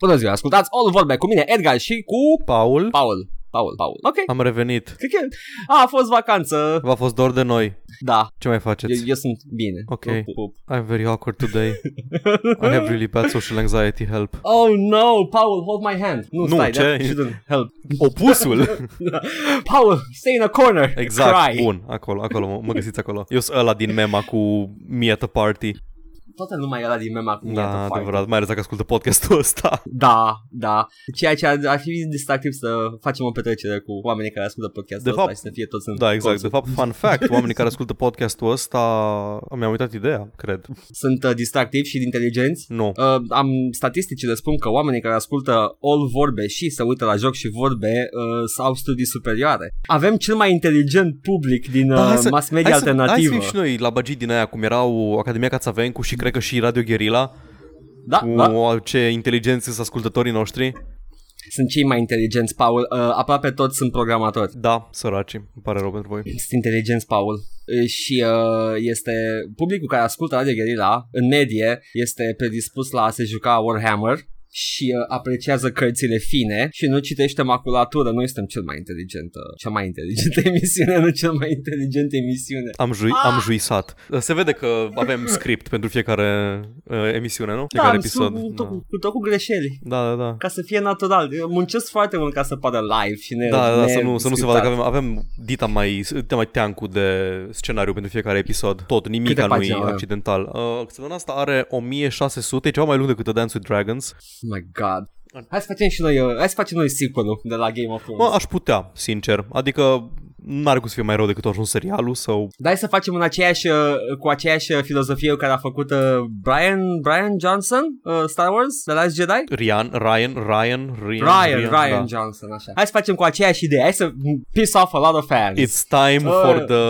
Bună ziua, ascultați All Vorbe cu mine, Edgar și cu Paul, Paul. Paul, Paul, ok. am revenit. Cred că a, a fost vacanță, V-a fost dor de noi. da, Ce mai eu, faceți? eu sunt bine. Ok. Pup, pup. I'm very awkward today. I have really bad social anxiety help. Oh no, Paul, hold my hand. Nu, Nu, stai, ce? that shouldn't help. Opusul! Paul, stay in a corner. Exact, Cry. bun, acolo, acolo, mă, mă găsiți acolo. Eu sunt ăla din mema cu me at a party. Toată lumea era din meme acum. iată, Da, foarte. adevărat, mai ales dacă ascultă podcastul ăsta. Da, da. Ceea ce ar, ar fi distractiv să facem o petrecere cu oamenii care ascultă podcastul De ăsta fapt- și să fie toți în Da, exact. colț. De fapt, fun fact, oamenii care ascultă podcastul ăsta, mi-am uitat ideea, cred. Sunt uh, distractivi și inteligenți. Nu. Uh, am statisticile spun că oamenii care ascultă all vorbe și se uită la joc și vorbe uh, au studii superioare. Avem cel mai inteligent public din Da, uh, hai să- mass media hai să, Hai să alternativă. fim și noi la bagii din aia, cum erau Academia Cațavencu și cred că și Radio Guerilla. da, Cu da, ce inteligenți sunt ascultătorii noștri. sunt cei mai inteligenți, Paul. Uh, aproape toți sunt programatori. Da, săraci, îmi pare rău pentru voi. Sunt inteligenți, Paul. Uh, Și uh, este publicul care ascultă Radio Guerilla, în medie, este predispus la a se juca Warhammer și uh, apreciază cărțile fine și nu citește maculatură. Noi suntem cel mai inteligent, uh, cea mai inteligentă emisiune, nu cel mai inteligent emisiune. Am, jui, am juisat. Se vede că avem script pentru fiecare uh, emisiune, nu? da, Fiecare am episod. Sunt, da. tot, cu, tot cu greșeli. da, da, da. Ca să fie natural. Eu muncesc foarte mult ca să pară live și ne Da, da, ne să nu, să nu se scriptat. vadă că avem, avem dita mai, dita mai teancu de scenariu pentru fiecare episod. Tot, nimic Câte nu pagini e avem? accidental. Uh, săptămâna asta are 1600, e ceva mai lung decât The Dance with Dragons. Oh my god. Hai să facem și noi, uh, hai să facem noi sequel de la Game of Thrones. Mă, aș putea, sincer. Adică n-are cum să fie mai rău decât a ajuns serialul sau... Dar hai să facem în aceeași, uh, cu aceeași uh, filozofie care a făcut uh, Brian, Brian Johnson, uh, Star Wars, The Last Jedi? Ryan, Ryan, Ryan, Ryan, Ryan, Ryan, da. Johnson, așa. Hai să facem cu aceeași idee, hai să piss off a lot of fans. It's time Ah. for the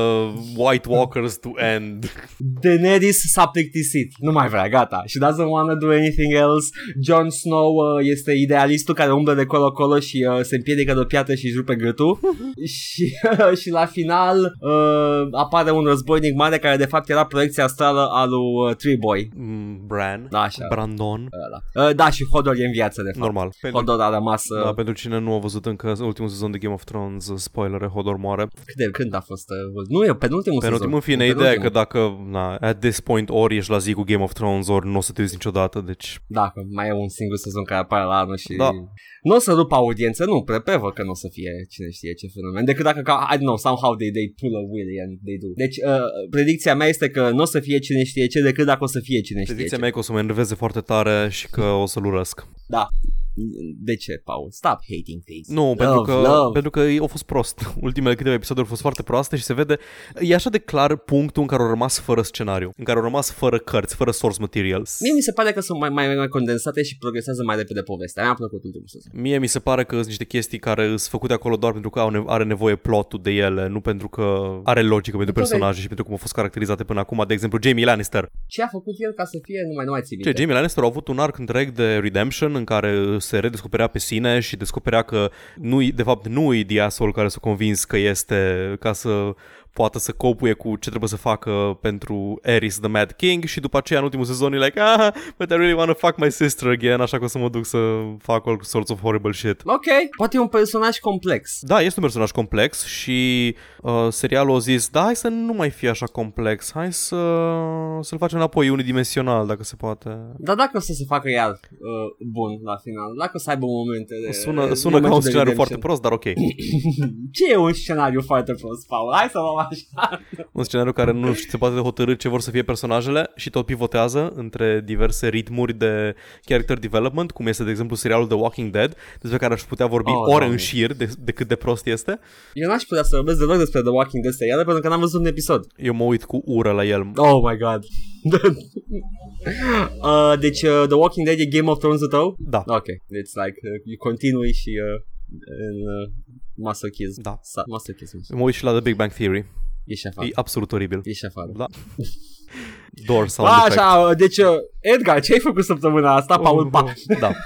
White Walkers to end. Daenerys s-a plictisit, nu mai vrea, gata. She doesn't wanna do anything else. Jon Snow uh, este idealistul care umblă de colo-colo și uh, se împiedică de o piatră și își rupe gâtul. și, și la final uh, apare un războinic mare care de fapt era proiecția astrală a lui uh, Three Boy. Mm, Bran. Da, așa. Brandon. Ăla. Uh, da, și Hodor e în viață, de fapt. Normal. Pentru, Hodor a rămas... da, Uh, pentru cine nu a văzut încă ultimul sezon de Game of Thrones, uh, spoilere, Hodor moare. cât de când a fost? Uh, nu, e penultimul Pe sezon. ultimul, în fine, ideea e Penultimul. că dacă, na, at this point, ori ești la zi cu Game of Thrones, ori nu o să te uiți niciodată, deci... Da, că mai e un singur sezon care apare la anul și... Da. Nu o să rupă audiență, nu, prepevă că nu o să fie cine știe ce fenomen. Decât dacă, ca, I don't know, somehow they, they pull a Willy and they do. Deci, uh, predicția mea este că nu o să fie cine știe ce, decât dacă o să fie cine știe ce. Predicția mea e că o să mă enerveze foarte tare și că o să-l urăsc. De ce, Paul? Stop hating things. Nu, love, pentru, că, Love. pentru că ei au fost prost. Ultimele câteva episoade au fost foarte proaste și se vede, e așa de clar punctul în care au rămas fără scenariu, în care au rămas fără cărți, fără source materials. Mie mi se pare că sunt mai, mai, mai condensate și progresează mai repede povestea. Mi-a plăcut ultimul sezon. Mie mi se pare că sunt niște chestii care sunt făcute acolo doar pentru că au ne- are nevoie plotul de ele, nu pentru că are logică Pentru pentru că- personaje și pentru cum au fost caracterizate până acum. De exemplu, Jamie Lannister. Ce a făcut el ca să fie numai numai țin Ce, Jamie Lannister a avut un arc întreg de redemption în care se redescoperea pe sine și descoperea că nu de fapt nu e the asshole care s-a convins că este ca să poată să copuie cu ce trebuie să facă pentru Aerys the Mad King și după aceea în ultimul sezon e like ah, but I really wanna fuck my sister again așa că o să mă duc să fac all sorts of horrible shit. Ok, poate e un personaj complex. Da, este un personaj complex și uh, serialul a zis, da, hai să nu mai fie așa complex, hai să, să-l facem înapoi unidimensional, dacă se poate. Dar dacă o să se facă iar uh, bun la final, dacă o să aibă momente de... Sună, sună ca un momente de scenariu foarte redemption. prost, dar ok. Ce e un scenariu foarte prost, Paul? Hai să luăm așa. Un scenariu care nu se poate hotărâ ce vor să fie personajele și tot pivotează între diverse ritmuri de character development, cum este, de exemplu, serialul The Walking Dead, despre care aș putea vorbi Oh, oh, ore Doamne. în șir de, de cât de prost este. Eu n-aș putea să vorbesc deloc despre The Walking Dead serială pentru că n-am văzut un episod. Eu mă uit cu ură la el. Oh my god. uh, deci uh, The Walking Dead e Game of Thrones-ul tău? Da, Ok. It's like uh, you continui și uh, în uh, masochism. da. Sa- masochism. Mă uit și la The Big Bang Theory. Ești afară. E absolut oribil. Ești afară. Da. Door sound A, effect. Oh, așa, deci, uh, Edgar, ce ai făcut săptămâna asta, Paul? Pa. Da.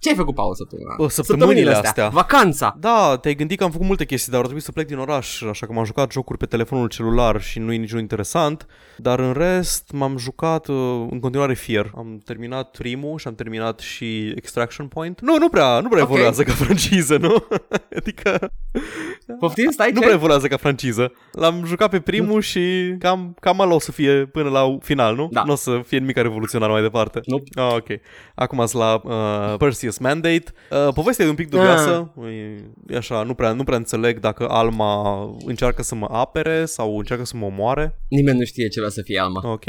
Ce ai făcut, Paul, săptămâna? Bă, Oh, săptămânile astea. Vacanța. Da, te-ai gândit că am făcut multe chestii, dar au trebuit să plec din oraș, așa că m-am jucat jocuri pe telefonul celular și nu e niciun interesant, dar în rest m-am jucat uh, în continuare Fear. Am terminat Trimu și am terminat și Extraction Point. Nu, nu prea, nu prea Ok. evoluează ca franciză, nu? adică Poftim, stai, nu ce? prea evoluează ca franciză. L-am jucat pe primul și cam, cam ala o să fie până la final, nu? Da. Nu o să fie nimic revoluționar mai departe. Nope. Ah, ok. Acum sunt la uh, Perseus Mandate. Uh, povestea e un pic Ah. dubioasă. E, e așa, nu prea, nu prea înțeleg dacă Alma încearcă să mă apere sau încearcă să mă omoare. Nimeni nu știe ce vrea să fie Alma. Ok.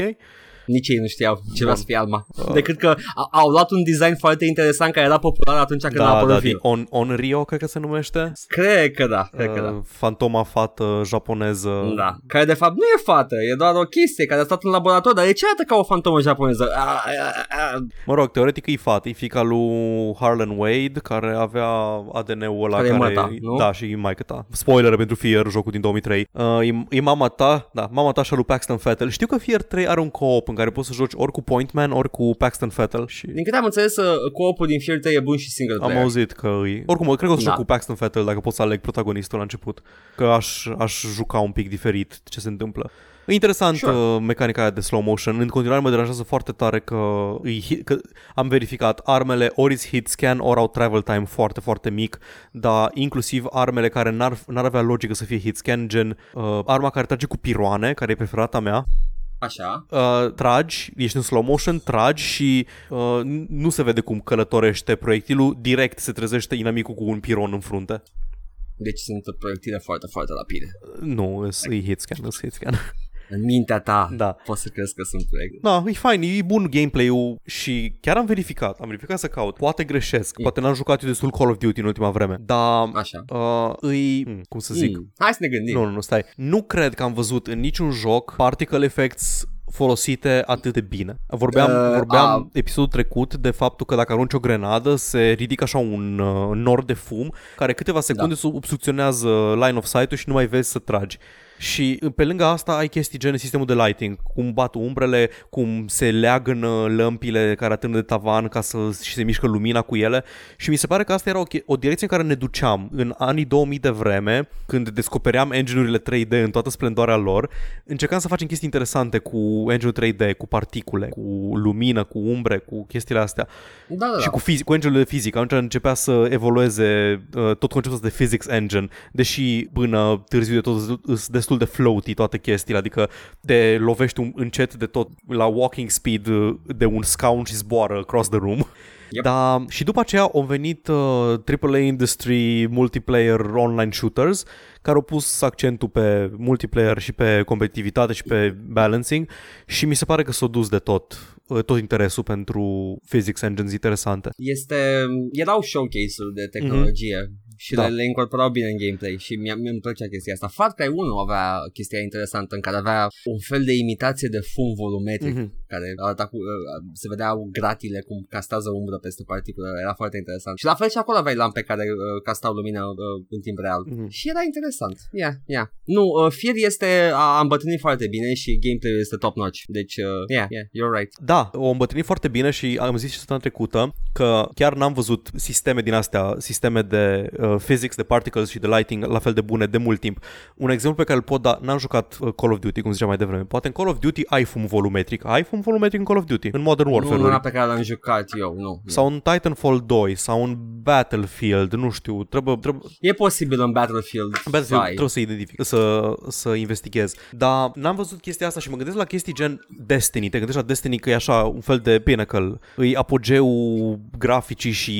Nici ei nu știau ce vrea Bun. să fie Alma. Oh. Decât că a- au luat un design foarte interesant care era popular atunci când a da, apărut da, filmul. on, on Rio, cred că se numește. Cred că da, cred că da. Uh, fantoma fată japoneză. Da. Care de fapt nu e fată, e doar o chestie care a stat în laborator, dar e ce arată ca o fantomă japoneză? A, a, a, a. Mă rog, teoretic e fată, e fica lui Harlan Wade, care avea ADN-ul ăla Care care... e măta, nu? Da, și e maică ta. Spoiler pentru Fear, jocul din 2003. Uh, e, e, mama ta, da, mama ta și a lui Paxton Fettel. Știu că Fear 3 are un co-op în care poți să joci ori cu Pointman, ori cu Paxton Fettel și... Din câte am înțeles, uh, co-opul din Fear 3 e bun și single Am player. auzit că e... Oricum, cred că o să Da. joc cu Paxton Fettel dacă pot să aleg protagonistul la început. Că aș, aș juca un pic diferit ce se întâmplă. E interesant Sure. sure. uh, mecanica aia de slow motion. În continuare mă deranjează foarte tare că, îi hit, că am verificat armele ori is hit scan, ori au travel time foarte, foarte mic, dar inclusiv armele care n-ar, n-ar avea logică să fie hit scan, gen uh, arma care trage cu piroane, care e preferata mea, Așa. uh, tragi, ești în slow motion, tragi și uh, n- nu se vede cum călătorește proiectilul, direct se trezește inamicul cu un piron în frunte. Uh, Deci sunt proiectile foarte, foarte rapide. Nu, e- e hit scan, e hit scan. În mintea ta Da. poți să crezi că sunt proiecte. Da, e fain, e bun gameplay-ul și chiar am verificat, am verificat să caut. Poate greșesc, poate n-am jucat eu destul Call of Duty în ultima vreme, dar Așa. uh, îi... hmm, cum să zic? Mm. Hai să ne gândim. Nu, nu, nu, stai. Nu cred că am văzut în niciun joc particle effects folosite atât de bine. Vorbeam, Uh, uh, vorbeam a- episodul trecut de faptul că dacă arunci o grenadă se ridică așa un uh, nor de fum care câteva secunde da. obstrucționează line of sight-ul și nu mai vezi să tragi. Și uh, pe lângă asta ai chestii gen sistemul de lighting, cum bat umbrele, cum se leagănă lămpile care atârnă de tavan ca să și se mișcă lumina cu ele și mi se pare că asta era o, che- o direcție în care ne duceam în anii 2000 de vreme, când descopeream engine-urile 3D în toată splendoarea lor, încercam să facem chestii interesante cu engine 3D, cu particule, cu lumină, cu umbre, cu chestiile astea Da, da, da. și cu, fizi- cu engine-ul de fizică. Atunci începea să evolueze uh, tot conceptul ăsta de physics engine, deși până târziu de tot sunt destul de floaty toate chestiile, adică te lovești un, încet de tot la walking speed uh, de un scaun și zboară across the room. Yep. Da, și după aceea au venit uh, AAA Industry Multiplayer Online Shooters, care au pus accentul pe multiplayer și pe competitivitate și pe balancing și mi se pare că s-au dus de tot uh, tot interesul pentru physics engines interesante. Este, erau showcase-uri de tehnologie mm-hmm. și Da. le, le incorporau bine în gameplay și mi-a, mi-mi plăcea chestia asta. Far Cry 1 avea chestia interesantă în care avea un fel de imitație de fum volumetric mm-hmm. Mhm. care arăta cu, uh, se vedeau gratile cum castează umbră peste particulă, era foarte interesant. Și la fel și acolo aveai lampe care uh, castau lumină uh, în timp real. Mhm. Și era interesant. Yeah, yeah. Nu, uh, Fear este a, a îmbătrânit foarte bine și gameplay-ul este top-notch. Deci, uh, yeah, yeah, you're right. Da, o îmbătrânit foarte bine și am zis și săptămâna trecută că chiar n-am văzut sisteme din astea, sisteme de uh, physics, de particles și de lighting la fel de bune de mult timp. Un exemplu pe care îl pot da, n-am jucat uh, Call of Duty, cum ziceam mai devreme. Poate în Call of Duty ai fum volumetric, ai fum volumetric în Call of Duty, în Modern Nu, nu Warfare. una pe care l-am jucat eu, nu. nu. Sau în Titanfall 2, sau în Battlefield, nu știu, trebuie, trebuie, E posibil în Battlefield. Battlefield Sai. trebuie să identific, să, să investighez. Dar n-am văzut chestia asta și mă gândesc la chestii gen Destiny. Te gândești la Destiny că e așa un fel de pinnacle. Îi apogeul graficii și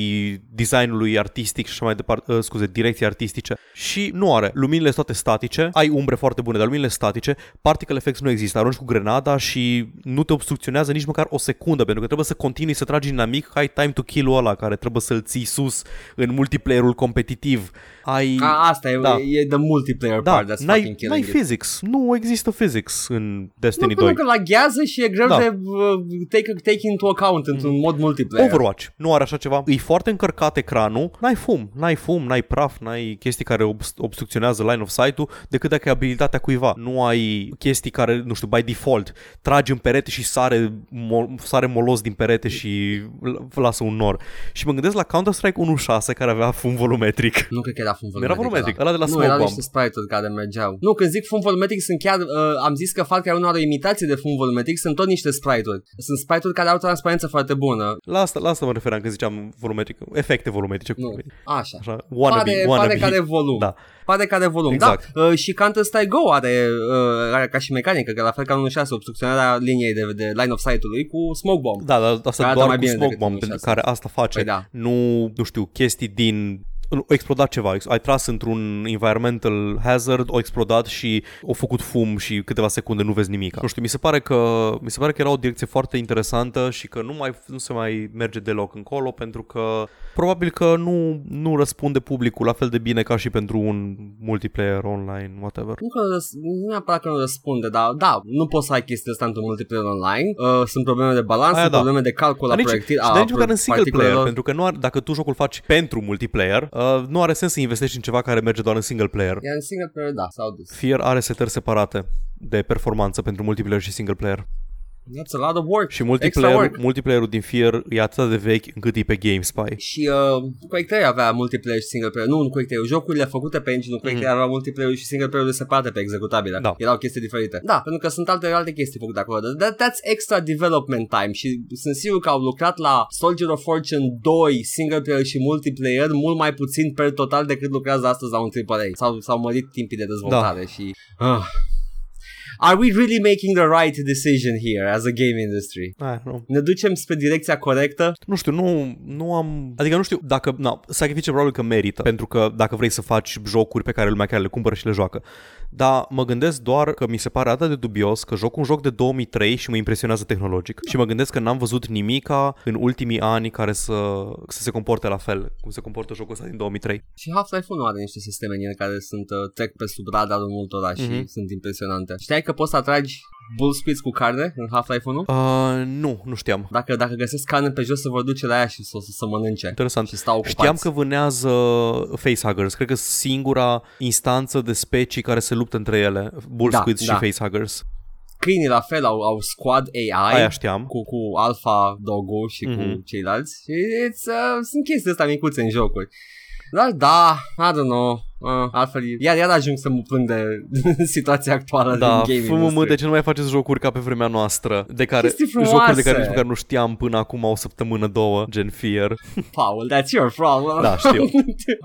designului artistic și așa mai departe, uh, scuze, direcții artistice. Și nu are. Luminile sunt toate statice, ai umbre foarte bune, dar luminile statice, particle effects nu există. Arunci cu grenada și nu te obstrucționează nici măcar o secundă, pentru că trebuie să continui să tragi dinamic, ai time to kill-ul ăla care trebuie să-l ții sus în multiplayerul competitiv. Ai... A, asta e, da. Da. e the multiplayer da. Da, part, that's n-ai, fucking n-ai killing it. physics. Nu există physics în Nu, Destiny pentru 2. că laghează și e greu Da. de uh, take, take into account într-un mod multiplayer. Overwatch nu are așa ceva. E foarte încărcat ecranul, n-ai fum, n-ai fum, n-ai praf, n-ai chestii care obst- obstrucționează line of sight-ul decât dacă e abilitatea cuiva. Nu ai chestii care, nu știu, by default, tragi în perete și sare, mo- sare molos din perete și l- lasă un nor. Și mă gândesc la Counter-Strike 1.6 care avea fum volumetric. Nu cred că era fum Era volumetric. volumetric, ăla de la nu, erau Smoke Bomb. niște sprite-uri care mergeau. Nu, când zic fum volumetric sunt chiar, uh, am zis că Far Cry 1 are o imitație de fum volumetric, sunt tot niște sprite-uri. Sunt sprite-uri care au transparență foarte bună. La asta, la asta mă referam când ziceam volumetric, efecte volumetrice. Nu, Nu. așa. Așa, wannabe, pare, wannabe. pare că are volum. Da. Pare că are volum. Exact. Da. Uh, și Counter-Strike Go are, uh, are ca și mecanică, că la fel ca 1.6, obstrucționarea liniei de, de line of sight-ului cu smoke bomb. Da, dar asta Arată doar mai cu bine smoke decât bomb, unul pentru șase. care asta face. Păi da. Nu, nu știu, chestii din a explodat ceva, ex- ai tras într-un environmental hazard, o explodat și o făcut fum și câteva secunde nu vezi nimic. Nu știu, mi se pare că mi se pare că era o direcție foarte interesantă și că nu mai nu se mai merge deloc încolo pentru că probabil că nu nu răspunde publicul la fel de bine ca și pentru un multiplayer online, whatever. Nu, că nu răs- nu neapărat că nu răspunde, dar da, nu poți să ai chestia asta într-un multiplayer online. Uh, sunt probleme de balans, Aia sunt da. probleme de calcul la Dar nici, proiectil. și a de nici măcar în single player, particulelor. pentru că nu are, dacă tu jocul faci pentru multiplayer, uh, nu are sens să investești în ceva care merge doar în single player. Iar în single player, da, s-au dus. Fear are setări separate de performanță pentru multiplayer și single player. That's a lot of work. Și Extra multiplayer, work. multiplayer-ul din Fear e atât de vechi încât e pe GameSpy. Și uh, Quake 3 avea multiplayer și single player. Nu, în Quake 3, jocurile făcute pe engine Quake 3 aveau multiplayer și single player separate pe executabile. Da. Erau chestii diferite. Da, pentru că sunt alte alte chestii făcute acolo. Dar that's extra development time și sunt sigur că au lucrat la Soldier of Fortune 2 single player și multiplayer mult mai puțin per total decât lucrează astăzi la un AAA. S-au, s-au mărit timpii de dezvoltare și... Uh. Are we really making the right decision here as a game industry? Ah, nu. Ne ducem spre direcția corectă? nu știu, nu, nu am... Adică nu știu dacă... Na, sacrificii probabil că merită, pentru că dacă vrei să faci jocuri pe care lumea care le cumpără și le joacă. Dar mă gândesc doar că mi se pare atât de dubios că joc un joc de 2003 și mă impresionează tehnologic. Și mă gândesc că n-am văzut nimica în ultimii ani care să, să se comporte la fel, cum se comportă jocul ăsta din 2003. Și Half-Life 1 are niște sisteme în el care sunt uh, trec pe sub radarul multora mm-hmm. Mhm. și sunt impresionante. Știai că poți să atragi bullspits cu carne în Half-Life 1? Uh, nu, nu știam. Dacă, dacă găsesc carne pe jos, se vor duce la ea și să, să, să mănânce. Interesant. Și stau ocupați. Știam că vânează facehuggers, cred că singura instanță de specii care se luptă între ele, bullsquids da. și facehuggers. Câinii la fel au, au squad AI. Aia știam. cu, cu Alpha Dogo și mm-hmm. cu Mhm. ceilalți și it's, uh, sunt chestii astea micuțe în jocuri. Dar da, I don't know, uh, altfel iar, iar ajung să mă plâng de situația actuală Da, din gaming FMM, de ce nu mai faceți jocuri ca pe vremea noastră? De care, Chestii jocuri de frumoase. care nici măcar nu știam până acum o săptămână, două, gen Fear. Ah, Paul, that's your problem. Da, știu.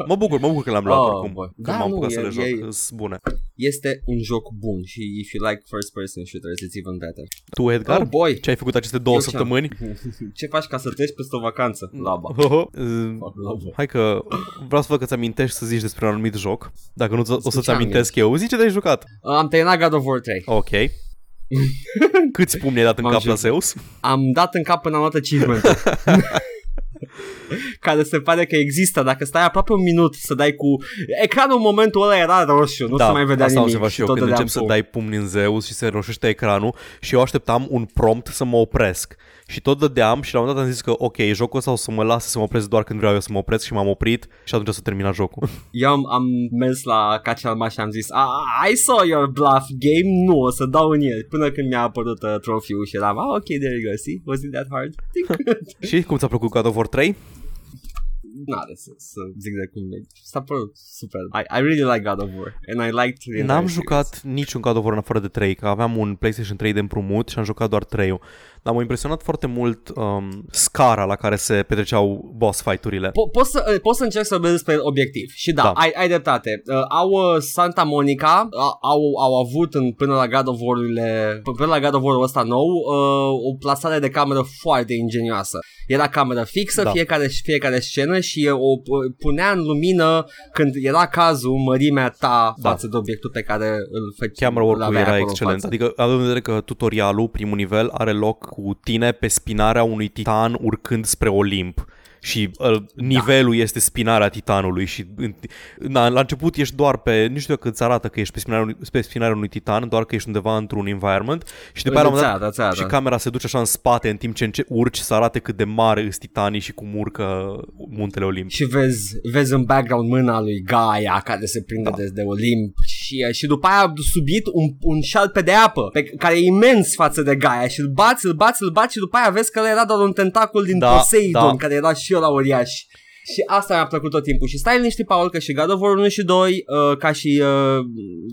Mă bucur, mă bucur că l-am luat Oh, oricum. bă. Că Da, m-am nu, apucat să e- le joc, e- sunt bune. este un joc bun și if you like first person shooters it's even better. Tu, Edgar, Oh boy, ce ai făcut aceste două Eu ce-am- săptămâni? Mm. ce faci ca să treci peste o vacanță? Laba. Hoho. Uh, Fac labă. Hai că vreau să văd că ți amintești să zici despre un anumit joc. Dacă nu ți- o să-ți ce am amintesc eu, zice de ai jucat. Am terminat God of War 3. Ok. Câți pumni ai dat în M-am cap la jucat. Zeus? Am dat în cap până am luat achievement care se pare că există. Dacă stai aproape un minut să dai cu... Ecranul în momentul ăla era roșu, nu se mai vedea Da, asta am nimic. observat și eu, când dădeam încep să pumn. dai pumni în Zeus și se roșește ecranul și eu așteptam un prompt să mă opresc. Și tot dădeam și la un moment dat am zis că ok, jocul ăsta o să mă lase să mă opresc doar când vreau eu să mă opresc și m-am oprit și atunci o să termina jocul. Eu am, am mers la Cacealma și am zis "Ah, I saw your bluff game, nu o să dau în el Până când mi-a apărut uh, trofeul și eram ah, Ok, there you go, see, wasn't that hard? și cum ți-a plăcut God of War 3? N-are să, să zic de cum e. S-a părut super I, I really like God of War And I liked the N-am entire series. jucat niciun God of War în afară de 3, că aveam un PlayStation 3 de împrumut și am jucat doar 3-ul. Dar m-a impresionat foarte mult um, scara la care se petreceau boss fight-urile. Po- poți, să, poți să încerc să vorbesc despre obiectiv și da, da. Da. Ai, ai dreptate. Uh, au uh, Santa Monica, a- au, au avut în, până la God of War-urile, p- până la God of War-ul ăsta nou, uh, o plasare de cameră foarte ingenioasă. Era cameră fixă, da. Da. fiecare, fiecare scenă și uh, o p- punea în lumină când era cazul mărimea ta da. Da. față de obiectul pe care îl făceai. Camera work-ul aveai era acolo în excelent. față. Adică, avem în vedere că tutorialul, primul nivel, are loc cu tine pe spinarea unui titan urcând spre Olimp. Și uh, nivelul da. este spinarea titanului și în, na, la început ești doar pe, nu știu dacă îți arată că ești pe spinarea, unui, pe spinarea unui titan, doar că ești undeva într-un environment și după aia la un Îți moment dat arată, îți da. arată. și camera se duce așa în spate în timp ce înce- urci să arate cât de mare îs titanii și cum urcă muntele Olimp. Și vezi, vezi în background mâna lui Gaia care se prinde da. de, de Olimp și și, și după aia subit un, un șalpe de apă pe, care e imens față de Gaia și îl bați, îl bați, îl bați și după aia vezi că ăla era doar un tentacul din Da, Poseidon da. care era și ăla uriaș. Și asta mi-a plăcut tot timpul Și stai liniștit, Paul, că și God of War 1 și 2 uh, Ca și uh,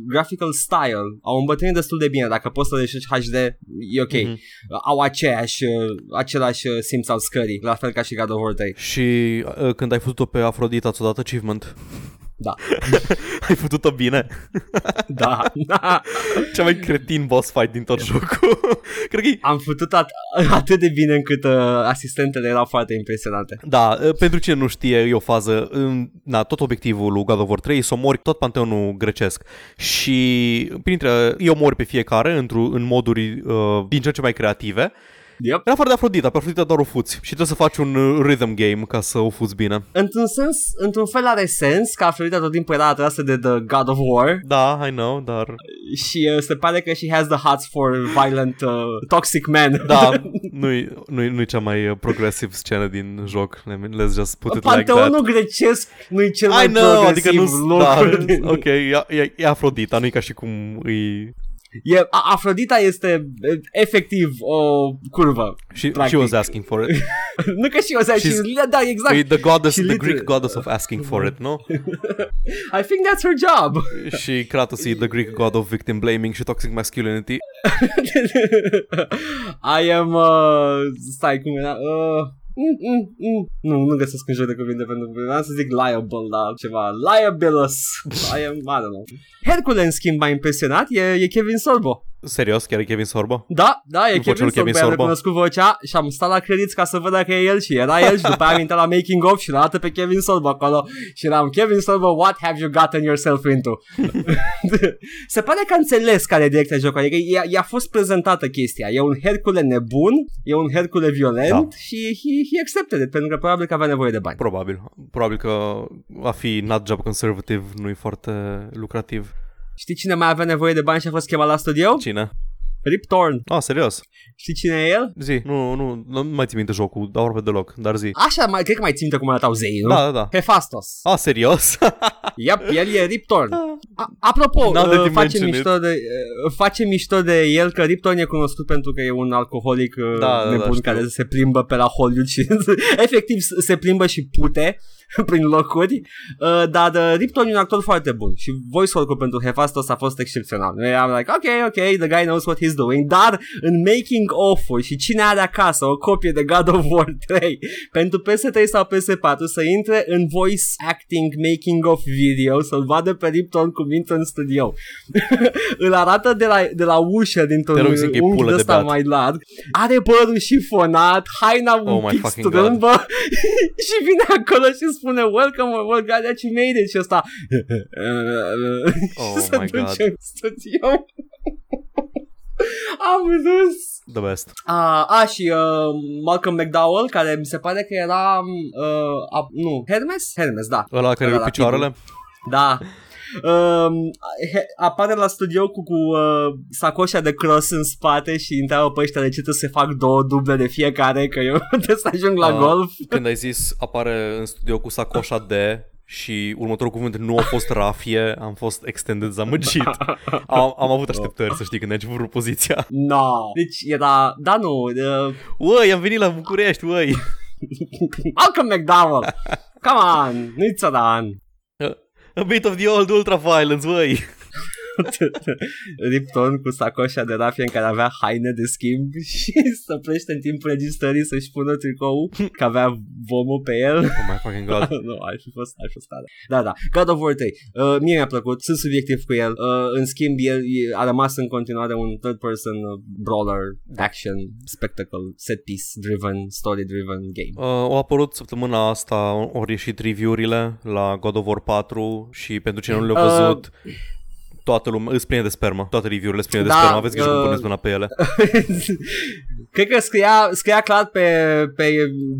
graphical style Au îmbătrânit destul de bine Dacă poți să reșești HD, e ok Mhm. Au aceeași, uh, același uh, simț al scării La fel ca și God of War 3 Și uh, când ai făcut-o pe Afrodita, ți-o dat achievement? Da. ai făcut-o bine. Da, da. Cea mai cretin boss fight din tot jocul. Cred că e Am făcut at- atât de bine încât uh, asistentele erau foarte impresionante. Da, pentru cine nu știe, e o fază, în- na, tot obiectivul lui God of War 3 e să omori tot panteonul grecesc și printre, îi omori pe fiecare într în moduri uh, din ce în ce mai creative. Yep. În afară de Afrodita, pe Afrodita doar o fuți și trebuie să faci un uh, rhythm game ca să o fuți bine. Într-un sens, într-un fel are sens că Afrodita tot timpul era atrasă de The God of War Da, I know, dar... și uh, se pare că she has the hearts for violent, uh, toxic men. Da, nu-i, nu-i, nu-i cea mai uh, progressive scenă din joc. Let me- Let's just put it like that. Panteonul grecesc nu-i cel mai I know, adică nu progresiv locul. din- da, ok, e, e, e Afrodita, nu-i ca și cum îi E, A- Afrodita este e, efectiv o curvă. She, she Practic. was asking for it. nu că și eu să She's- Păi- da, exact. E the goddess, Și the literal- Greek goddess of asking for it, nu? I think that's her job. și Kratos e the Greek god of victim blaming și toxic masculinity. I am... Uh, stai, cum era? Uh, mm, mm, mm. Nu, nu găsesc un joc de cuvinte pentru că vreau să zic liable, dar ceva. Liabilous. I am, I don't know. Hercule, în schimb, m-a impresionat. E, e Kevin Sorbo. Serios, chiar e Kevin Sorbo? Da, da, e Vocea Kevin lui Sorbo. Kevin I-am Sorbo. recunoscut vocea și am stat la credit ca să văd dacă e el și era el și după aia am intrat la making of și l-a dat pe Kevin Sorbo acolo și eram Kevin Sorbo, what have you gotten yourself into? Se pare că a înțeles care e direcția jocului, adică i-a, i-a fost prezentată chestia. E un Hercule nebun, e un Hercule violent Da. și he, he accepted it, pentru că probabil că avea nevoie de bani. Probabil. Probabil că a fi not job conservative nu e foarte lucrativ. Știi cine mai avea nevoie de bani și a fost chemat la studio? Cine? Rip Torn. Ah, serios? Știi cine e el? Zi, nu, nu, nu mai țin minte jocul, dar aproape deloc, dar zi. Așa, mai, cred că mai țin minte cum arătau zeii, nu? Da, da, da. Hephaestus. Ah, serios? Yep, el e Riptorn. A- apropo, Now that uh, you face, mention it. mișto de, uh, face mișto de el că Riptorn e cunoscut pentru că e un alcoholic uh, Da, da, da, nebun știu. care se plimbă pe la Hollywood și efectiv s- se plimbă și pute prin locuri, uh, dar uh, Riptorn e un actor foarte bun și voice-work-ul pentru Hephaestus a fost excepțional. Noi am like, ok, ok, the guy knows what he's doing, dar în making of-ul și cine are acasă o copie de God of War 3 pentru PS3 sau PS4 să intre în voice acting making of video să-l vadă pe Ripton cum intră în studio. Îl arată de la, de la ușă Te dintr-un rog, zic că e unghi pulă de de ăsta beat. mai larg. Are părul șifonat, haina un Oh my pic fucking strâmbă și vine acolo și spune Welcome, my world, God, that you made it și deci ăsta Oh și se my duce God. în studio. Am râs. The best. A, a și uh, Malcolm McDowell, care mi se pare că era, uh, a, nu, Hermes? Hermes, da, Ăla care Ăla are la picioarele? da. Um, he, apare la studio cu, cu uh, sacoșa de cross în spate și întreabă pe ăștia de ce trebuie să se fac două duble de fiecare, că eu trebuie să ajung la Ah. golf. Când ai zis apare în studio cu sacoșa de și următorul cuvânt nu a fost rafie, am fost extended dezamăgit. Am, am avut așteptări, să știi, când ai început poziția. No. Deci era, da nu, uh, Uai, am venit la București, uai! Malcolm McDowell. Come on, nu-i da, țăran. A bit of the old ultra violence, uai! Ripton cu sacoșa de rafie în care avea haine de schimb și se oprește în timpul registrării să-și pună tricou că avea vomul pe el. Oh my fucking god. nu, ar fi fost, ar fi fost tare. Da, da. God of War 3. Uh, mie mi-a plăcut, sunt subiectiv cu el. Uh, în schimb, el e- a rămas în continuare un third person uh, brawler, action, spectacle, set piece driven, story driven game. Uh, au apărut săptămâna asta, au ieșit review-urile la God of War 4 și pentru cine nu le-a Uh, văzut, toată lumea îți prinde de spermă. Toate review-urile îți prinde da, de spermă, aveți grijă uh, cum puneți mâna pe ele. Cred că scria, scria clar pe, pe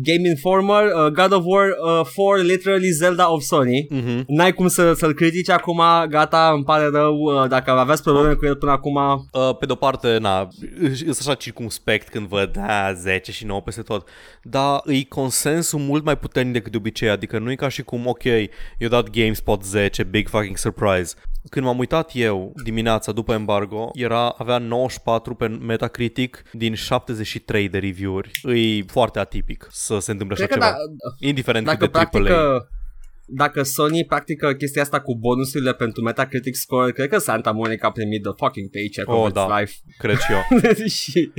Game Informer uh, God of War uh, 4 literally Zelda of Sony. Mhm. N-ai cum să, să-l critici acum, gata, îmi pare rău, uh, dacă aveați probleme cu el până acum, Uh, pe de-o parte, na, sunt așa circumspect când văd da, 10 și 9 peste tot, dar îi consensul mult mai puternic decât de obicei, adică nu e ca și cum, ok, eu dat GameSpot 10, big fucking surprise. Când m-am uitat eu dimineața după embargo, era, avea 94 pe Metacritic din 73 de review-uri. E foarte atipic să se întâmple așa Cred că ceva. da, Indiferent cât dacă de AAA. practică dacă Sony practică chestia asta cu bonusurile pentru Metacritic score, cred că Santa Monica a primit the fucking paycheck Oh, of its da. life. Cred și eu. și,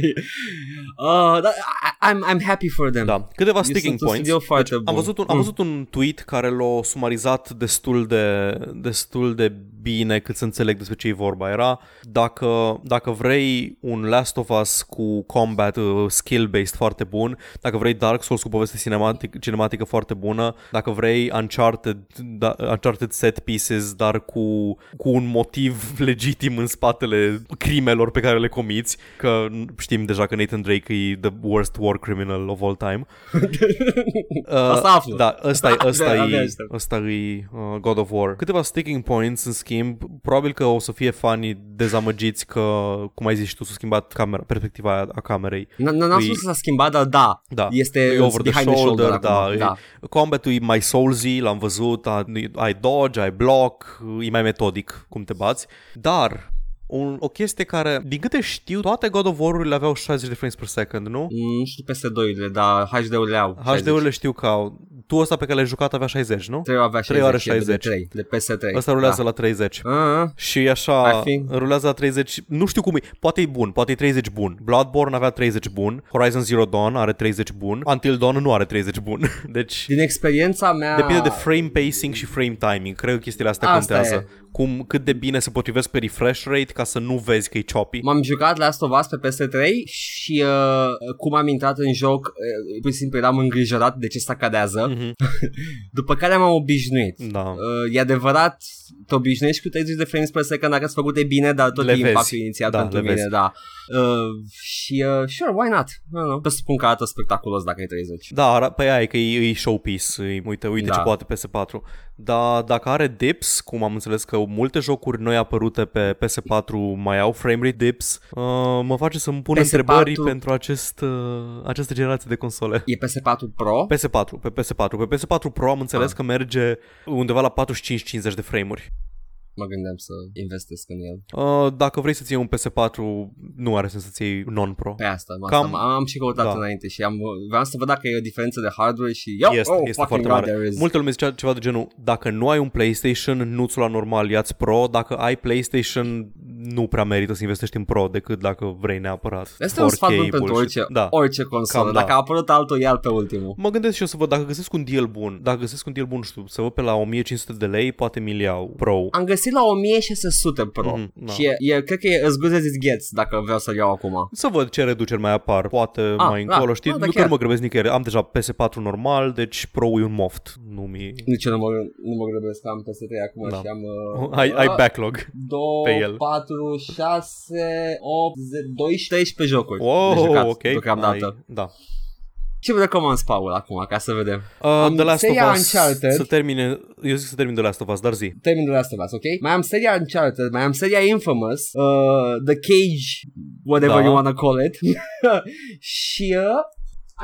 uh, da, I, I'm, I'm happy for them. Da, câteva Este sticking un points. Deci, studio foarte am, bun. văzut un, am Mm. văzut un tweet care l-a sumarizat destul de, destul de bine cât să înțeleg despre ce e vorba. Era dacă, dacă vrei un Last of Us cu combat uh, skill-based foarte bun, dacă vrei Dark Souls cu poveste cinematic, cinematică foarte bună, dacă vrei Uncharted, da, Uncharted set pieces, dar cu, cu un motiv legitim în spatele crimelor pe care le comiți, că știm deja că Nathan Drake e the worst war criminal of all time. Uh, Asta află. Da, ăsta e, ăsta Abia- abia e, aștept. ăsta e uh, God of War. Câteva sticking points, în schimb, probabil că o să fie fanii dezamăgiți că, cum ai zis și tu, s-a schimbat camera, perspectiva aia a camerei. N- n- N-am Îi- spus că s-a schimbat, dar da, Da, este e it's over the behind shoulder, acum, da, da. E, combatul e mai soulsy, l-am văzut, a- ai dodge, ai block, e mai metodic cum te bați, dar un, o chestie care, din câte știu, toate God of War-urile aveau 60 de frames per second, nu? Mm, Nu știu PS2-urile, dar HD-urile au. 60. HD-urile știu că au. Tu ăsta pe care l-ai jucat avea 60, nu? Trebuie avea 60, Trei ore e de 60. 3, de PS3. Ăsta rulează la 30. Da. Ah, ah. Și e așa, Ar fi. rulează la 30, nu știu cum e, poate e bun, poate e 30 bun. Bloodborne avea 30 bun, Horizon Zero Dawn are 30 bun, Until Dawn nu are 30 bun. Deci Din experiența mea... Depinde de frame pacing și frame timing. Cred că chestiile astea Asta contează. e. Cum, cât de bine se potrivesc pe refresh rate ca să nu vezi că e choppy. M-am jucat Last of Us pe PS3 și uh, cum am intrat în joc, uh, pur și simplu eram îngrijorat de ce sacadează, Mhm. după care m-am obișnuit. Da. Uh, e adevărat, te obișnuiești cu 30 de frames per second dacă ați făcut e bine, dar tot Le e vezi. impactul inițial Da, da, pentru le mine, vezi. da. Uh, și, uh, sure, why not? Nu, nu. Pot să spun că arată spectaculos dacă e 30. Da, ara- pe aia e că e, e showpiece, e, uite, uite Da. ce poate PS4. Dar dacă are dips, cum am înțeles că multe jocuri noi apărute pe PS4 mai au frame rate dips, uh, mă face să-mi pun PS4 întrebări pentru acest, uh, această generație de console. E PS4 Pro? PS4, pe PS4. Pe PS4 Pro am înțeles Ah. că merge undeva la 45-50 de frame-uri. Mă gândeam să investesc în el. Uh, dacă vrei să-ți iei un PS4, nu are sens să-ți iei non-pro. Pe asta, asta Cam- am, am și căutat da. da. înainte și am, vreau să văd dacă e o diferență de hardware și... Yo, Este, oh, este fucking foarte God, mare. there is. Multă lume zicea ceva de genul, dacă nu ai un PlayStation, nu-ți la normal, ia-ți Pro. Dacă ai PlayStation, nu prea merită să investești în Pro decât dacă vrei neapărat. Este un 4K sfat bun pentru bullshit. orice, Da. orice consolă. Cam da. Dacă a apărut altul, ia pe ultimul. Mă gândesc și eu să văd dacă găsesc un deal bun. Dacă găsesc un deal bun, nu știu, să văd pe la 1500 de lei, poate mi-l iau Pro. Am găsit la 1600 pro Mhm, da. și e, e, cred că e as good as it gets dacă vreau să-l iau acum. Să văd ce reduceri mai apar, poate Ah, mai da, încolo, știi, da, da, nu că chiar. nu mă grăbesc nicăieri, am deja PS4 normal, deci Pro e un moft, nu mi... Nici eu nu mă, nu mă grăbesc, am PS3 acum Da. și am... Uh, Ai, ai backlog. 2, pe el. 4, 6, 8, 12, 13 jocuri Wow, de jucat Oh, ok. deocamdată. Ai- Da. Ce vă recomand, Paul, acum, ca să vedem? Uh, The Last of seria Us, Uncharted. să termine, eu zic să termin The Last of Us, dar zi. Termin de Last of Us, ok? Mai am seria Uncharted, mai am seria Infamous, uh, The Cage, whatever Da. you wanna call it, și uh,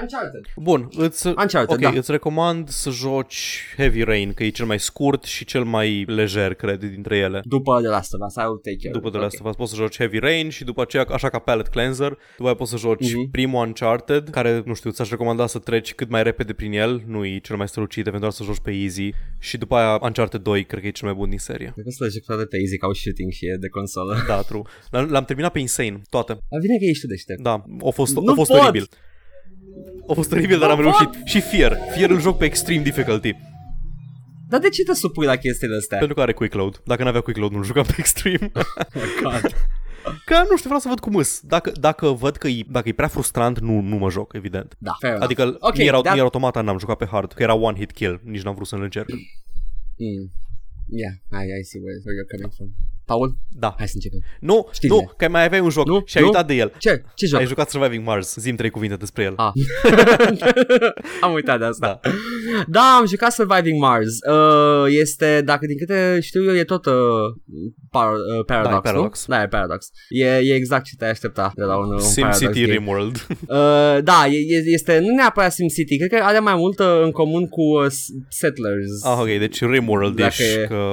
Uncharted. Bun, îți, Uncharted, ok, da. îți recomand să joci Heavy Rain, că e cel mai scurt și cel mai lejer, cred, dintre ele. După The Last of Us, I will take care. După The Ok. Last of Us poți să joci Heavy Rain și după aceea, așa ca Palette Cleanser, după aceea poți să joci Mhm. primul Uncharted, care, nu știu, ți-aș recomanda să treci cât mai repede prin el, nu e cel mai strălucit, eventual să joci pe easy și după aia Uncharted 2, cred că e cel mai bun din serie. Cred că să le joc toate pe Easy ca shooting și e de consolă. Da, true. L-am, l-am terminat pe Insane, toate. Dar vine că ești tu deștept. Da, a fost, Nu a fost pot! oribil. A fost oribil, dar Nu am pot! reușit. Și Fear. Fear îl joc pe Extreme Difficulty. Dar de ce te supui la chestiile astea? Pentru că are Quick Load. Dacă n-avea Quick Load, nu-l jucam pe Extreme. Oh God. că nu știu, vreau să văd cum îs. Dacă, dacă văd că e, dacă e prea frustrant, nu, nu mă joc, evident. Da, fair enough. Adică Ok, okay, mi, era, that- mi era automata, n-am jucat pe hard, că era one hit kill, nici n-am vrut să-l încerc. Mm. Yeah, I, I see where, where you're coming from. Paul? Da. Hai să începem. Nu, Știi nu, bine. că mai aveai un joc Nu? și ai Nu? uitat de el. Ce? Ce joc? Ai jucat Surviving Mars, zim trei cuvinte despre el. Ah. am uitat de asta. Da, da am jucat Surviving Mars. Uh, este, dacă din câte știu eu, e tot uh, par, uh, Paradox, Da, e nu? Paradox. Da, e Paradox. E, e exact ce te-ai aștepta de la un, un Paradox SimCity game. Rimworld. Uh, da, e- e- este nu neapărat SimCity, cred că are mai mult uh, în comun cu uh, S- Settlers. ah, ok, deci Rimworld Dacă ești e- că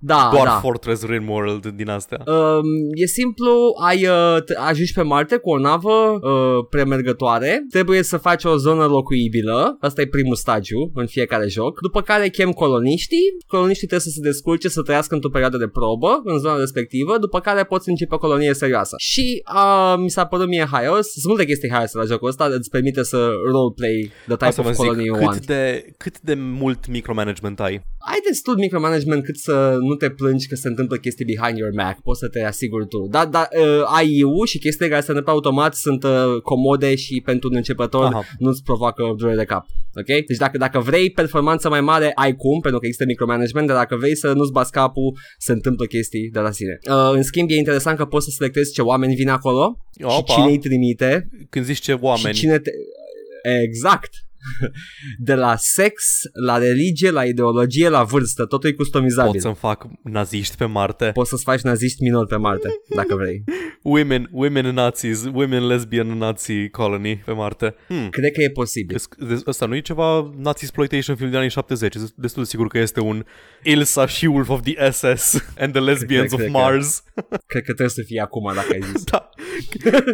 Da, doar da. Fortress Rimworld din astea. Um, e simplu, ai uh, t- ajungi pe Marte cu o navă uh, premergătoare, trebuie să faci o zonă locuibilă, asta e primul stagiu în fiecare joc, după care chem coloniștii, coloniștii trebuie să se descurce să trăiască într-o perioadă de probă în zona respectivă, după care poți începe o colonie serioasă. Și uh, mi s-a părut mie haios, sunt multe chestii haioase la jocul ăsta, îți permite să roleplay the type Asta vă of colony zic, you want. cât de, cât de mult micromanagement ai? ai destul micromanagement cât să nu te plângi că se întâmplă chestii behind your Mac, poți să te asiguri tu. Dar da, uh, ai EU și chestiile care se întâmplă automat sunt uh, comode și pentru un începător Aha. nu-ți provoacă durere de cap. Ok? Deci dacă, dacă vrei performanță mai mare, ai cum, pentru că există micromanagement, dar dacă vrei să nu-ți bați capul, se întâmplă chestii de la sine. Uh, în schimb, e interesant că poți să selectezi ce oameni vin acolo și Opa, cine îi trimite când zici ce oameni, și cine te... Exact. De la sex, la religie, la ideologie, la vârstă, totul e customizabil. pot să-mi fac naziști pe Marte. Poți să-ți faci naziști minori pe Marte, dacă vrei. Women, women Nazis, women lesbian Nazi colony pe Marte. Hmm. Cred că e posibil. Des- des- Ăsta nu e ceva Nazi exploitation film din anii 70 Sunt Destul de sigur că este un Ilsa și Wolf of the SS And the Lesbians Cred- of cred că- Mars Cred că trebuie să fie acum, dacă ai zis. da.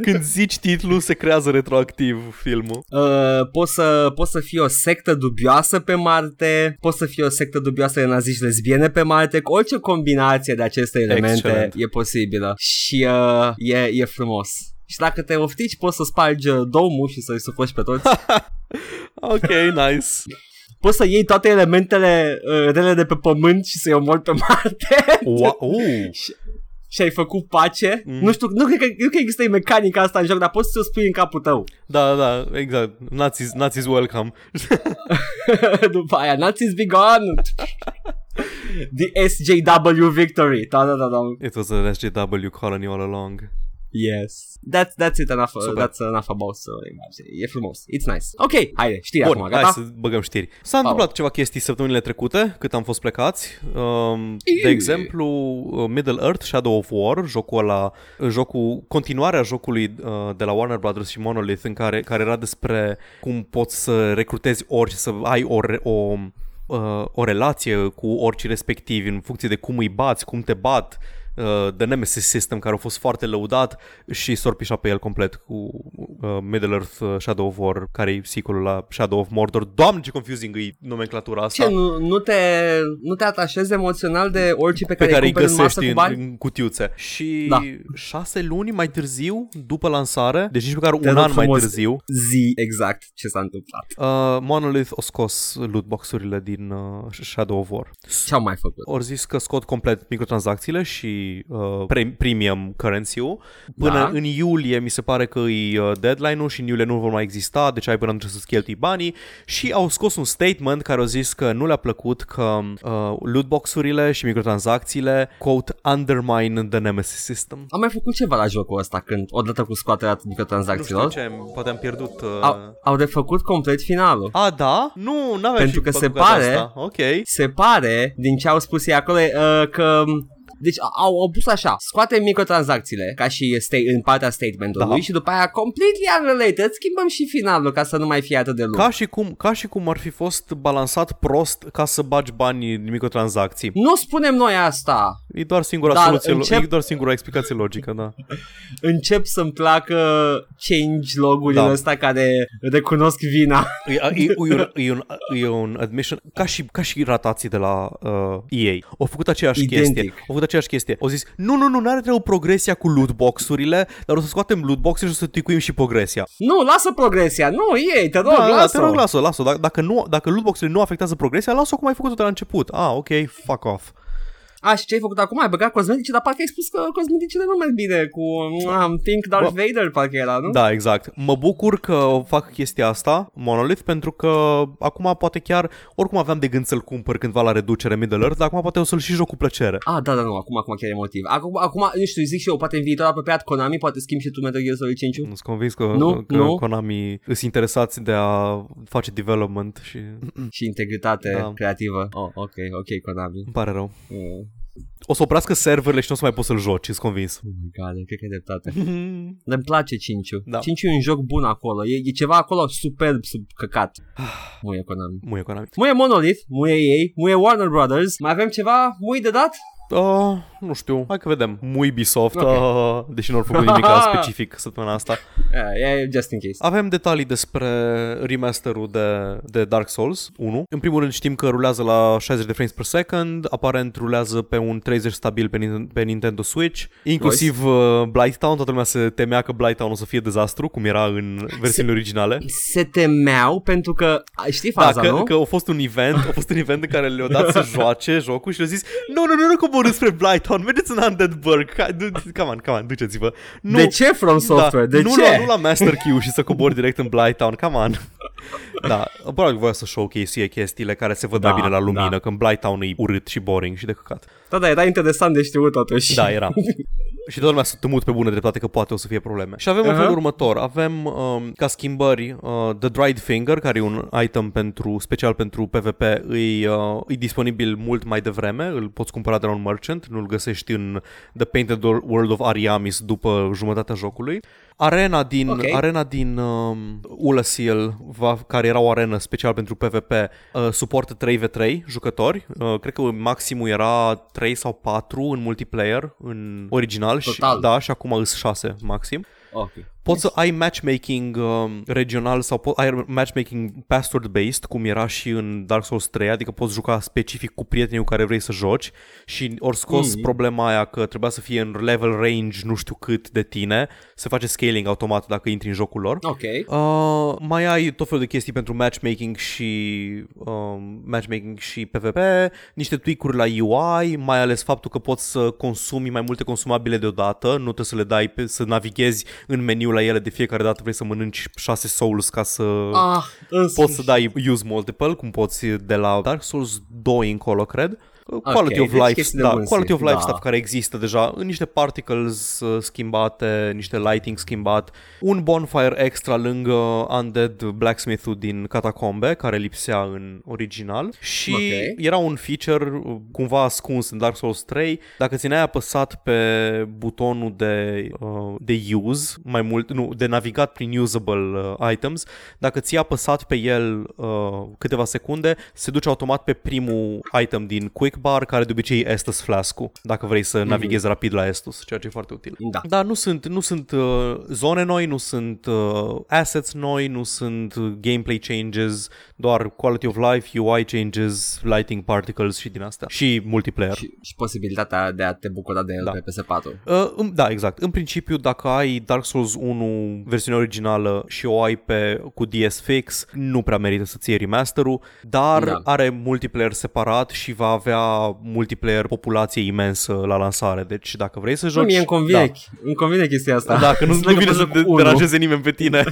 Când zici titlul se creează retroactiv filmul Uh, poți, să, poți să fie o sectă dubioasă pe Marte, poți să fie o sectă dubioasă de naziști lesbiene pe Marte, cu orice combinație de aceste elemente Excelent. e posibilă și uh, e, e frumos. Și dacă te oftici, poți să spargi uh, domul și să-i sufoci pe toți. Ok, nice poți să iei toate elementele uh, rele de pe pământ și să-i omori pe Marte wow. uh. și ai făcut pace. Mm. Mm. Nu știu, nu cred, că, nu cred că există mecanica asta în joc, dar poți să o spui în capul tău. Da, da, exact Nazis, Nazis welcome După aia, Nazis be gone! The SJW victory. Da, da, da, da. It was an SJW colony all along Yes. That's, that's it enough. Super. Super. That's enough about story. E frumos. It's nice. Ok, haide, știi Bun, acum, gata? hai să băgăm știri. S-a Paul. întâmplat ceva chestii săptămânile trecute, cât am fost plecați. Um, de Ii. exemplu, uh, Middle Earth Shadow of War, jocul ăla, uh, jocul, continuarea jocului uh, de la Warner Brothers și Monolith, în care, care era despre cum poți să recrutezi ori, să ai o, re- o uh, o relație cu orice respectiv în funcție de cum îi bați, cum te bat, uh, The Nemesis System care a fost foarte lăudat și s-or pișa pe el complet cu uh, Middle Earth Shadow of War care e sequelul la Shadow of Mordor. Doamne ce confusing e nomenclatura asta Ce, nu, nu, te, nu te atașezi emoțional de orice pe pe care, care îi îi cumperi în masă găsești cu în, bani? în cutiuțe. Și da. Da. șase luni mai târziu, după lansare, deci nici măcar Te un rog an mai frumos. târziu, uh, Zi exact ce s-a întâmplat. Monolith a scos lootbox-urile din uh, Shadow of War. Ce-au mai făcut? Ori zis că scot complet microtransacțiile și uh, pre- premium currency-ul. Până da. Da. în iulie mi se pare că e uh, deadline-ul și în iulie nu vor mai exista, deci ai până atunci să-ți cheltui banii. Și au scos un statement care au zis că nu le-a plăcut că uh, lootbox-urile și microtransacțiile quote undermine the nemesis system. Am mai făcut ceva la jocul ăsta când, odată cu scoaterea Nu știu microtransacțiilor, ce, poate am pierdut... Uh... au, au refăcut complet finalul. A, da? Nu, n-aveam Pentru și că se băgat pare- Asta. da. Ok. Se pare, din ce au spus ei acolo, uh, că... Deci au, au pus așa, scoate microtransacțiile ca și sta- în partea statementului Da. da. și după aia completely unrelated schimbăm și finalul ca să nu mai fie atât de lung. Ca și, cum, ca și cum ar fi fost balansat prost ca să bagi banii din microtransacții. Nu spunem noi asta. E doar singura Dar soluție, încep... încep- e doar singura explicație logică, da. Încep să-mi placă change logurile Da. da. astea care recunosc vina. E, e, e, un, e, un, e un admission, ca și, ca și ratații de la uh, EA. Au făcut aceeași Identic. chestie. Au făcut aceeași chestie. Au zis, nu, nu, nu, nu are treabă progresia cu lootbox-urile, dar o să scoatem lootbox-urile și o să ticuim și progresia. Nu, lasă progresia. Nu, ei, te rog, da, da, te lasă-o. rog, lasă-o, lasă-o. Dacă, dacă, nu, dacă lootbox-urile nu afectează progresia, lasă-o cum ai făcut-o de la început. Ah, ok, fuck off. a, și ce ai făcut acum? Ai băgat cosmetice, dar parcă ai spus că cosmeticele nu merg bine cu um, Pink Darth Bă. Vader, parcă era, nu? Da, exact. Mă bucur că fac chestia asta, Monolith, pentru că acum poate chiar, oricum aveam de gând să-l cumpăr cândva la reducere Middle Earth, dar acum poate o să-l și joc cu plăcere. Ah, da, da, nu, acum, acum chiar e motiv. Acum, acum, nu știu, zic și eu, poate în viitor apropiat Konami, poate schimbi și tu Metal Gear Solid 5 Nu-s convins că, Nu, că nu. Konami îs interesați de a face development și îmi și integritate Da. creativă. Oh, ok, ok, Konami. pare rău. Mm. O să oprească serverele și nu o să mai poți să-l joci, sunt convins. Oh my god, cred că ai dreptate. Dar îmi place 5 Da. 5 e un joc bun acolo. E, e ceva acolo superb sub căcat. Muie Konami. Muie Konami. Muie Monolith, muie ei, muie Warner Brothers. Mai avem ceva mui de dat? Uh, nu știu, hai că vedem. Ubisoft, Ok. okay. uh, deși nu au făcut nimic specific săptămâna asta. Uh, just in case. Avem detalii despre remasterul de, de Dark Souls 1. În primul rând știm că rulează la 60 de frames per second, aparent rulează pe un 30 stabil pe, Nin- pe Nintendo Switch, inclusiv uh, Blighttown, toată lumea se temea că Blighttown o să fie dezastru, cum era în versiunile originale. Se temeau pentru că, a, știi Da, faza, că, nu? că a fost un event, a fost un event în care le-au dat să joace jocul și le-au zis Nu, nu, nu, nu coborâți spre Blighttown, mergeți în Undead Burg, Hai, du- come on, come on, duceți-vă nu, De ce From Software? Da, De nu, ce? La, nu la Master Q și să cobori direct în Blighttown, come on Da, probabil voia să showcase chestiile care se văd Da, da, bine la lumină, da. da. când Blighttown e urât și boring și de căcat Da, da, era interesant de știut totuși. da, era. Și toată lumea s-a temut pe bună dreptate că poate o să fie probleme. Și avem uh-huh. în Aha. felul următor. Avem um, ca schimbări uh, The Dried Finger, care e un item pentru special pentru PvP, îi, uh, e disponibil mult mai devreme, îl poți cumpăra de la un merchant, nu-l găsești în The Painted World of Ariamis după jumătatea jocului. Arena din, Ok. okay. arena din um, Ulasil, va, care era o arenă special pentru PvP, uh, suportă 3v3 jucători. Uh, cred că maximul era 3 sau 4 în multiplayer, în original. Total. Și, da, și acum îs 6 maxim. Ok. Poți să ai matchmaking um, regional sau po- ai matchmaking password-based, cum era și în Dark Souls 3, adică poți juca specific cu prietenii cu care vrei să joci și ori scos Mm. problema aia că trebuia să fie în level range nu știu cât de tine, se face scaling automat dacă intri în jocul lor. Ok. Uh, mai ai tot felul de chestii pentru matchmaking și um, matchmaking și PvP, niște tweak-uri la UI, mai ales faptul că poți să consumi mai multe consumabile deodată, nu trebuie să le dai pe, să navighezi în meniu la ele de fiecare dată, vrei să mănânci 6 souls ca să Ah, în poți să dai use multiple, cum poți de la Dark Souls 2 încolo, cred. Quality Ok, of deci life, chestii de da, bun quality of simț, life da. stuff care există deja, în niște particles uh, schimbate, niște lighting schimbat, un bonfire extra lângă Undead Blacksmith-ul din Catacombe, care lipsea în original și Ok. era un feature uh, cumva ascuns în Dark Souls 3, dacă țineai apăsat pe butonul de, uh, de use, mai mult, nu, de navigat prin usable uh, items, dacă ți-ai apăsat pe el uh, câteva secunde, se duce automat pe primul item din quick bar, care de obicei e Estus Flask-ul, dacă vrei să navighezi rapid la Estus, ceea ce e foarte util. Da. Dar nu sunt, nu sunt uh, zone noi, nu sunt uh, assets noi, nu sunt uh, gameplay changes, doar quality of life, UI changes, lighting particles și din astea. Și multiplayer. Și, și posibilitatea de a te bucura de el Da. pe PS4. Uh, în- da, exact. În principiu, dacă ai Dark Souls 1 versiunea originală și o ai pe cu DS fix, nu prea merită să ții remasterul, dar Da. da. are multiplayer separat și va avea multiplayer populație imensă la lansare. Deci dacă vrei să Nu, joci... mie îmi convine, îmi convine chestia asta. Da. Dacă nu, nu Dacă vine pot să joc te unul. deranjeze nimeni pe tine.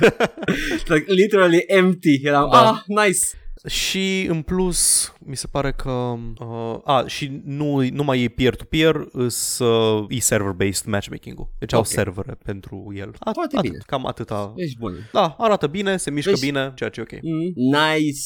Like, literally empty. Eram, Da. ah, nice. Și în plus, mi se pare că... Uh, a, și nu, nu mai e peer-to-peer, îs, uh, e server-based matchmaking-ul. Deci okay. au Ok. servere pentru el. At- Foarte atât, bine. Cam atâta. Ești bun. Da, arată bine, se mișcă Deci- deci... bine, ceea ce e ok. Mm. Nice.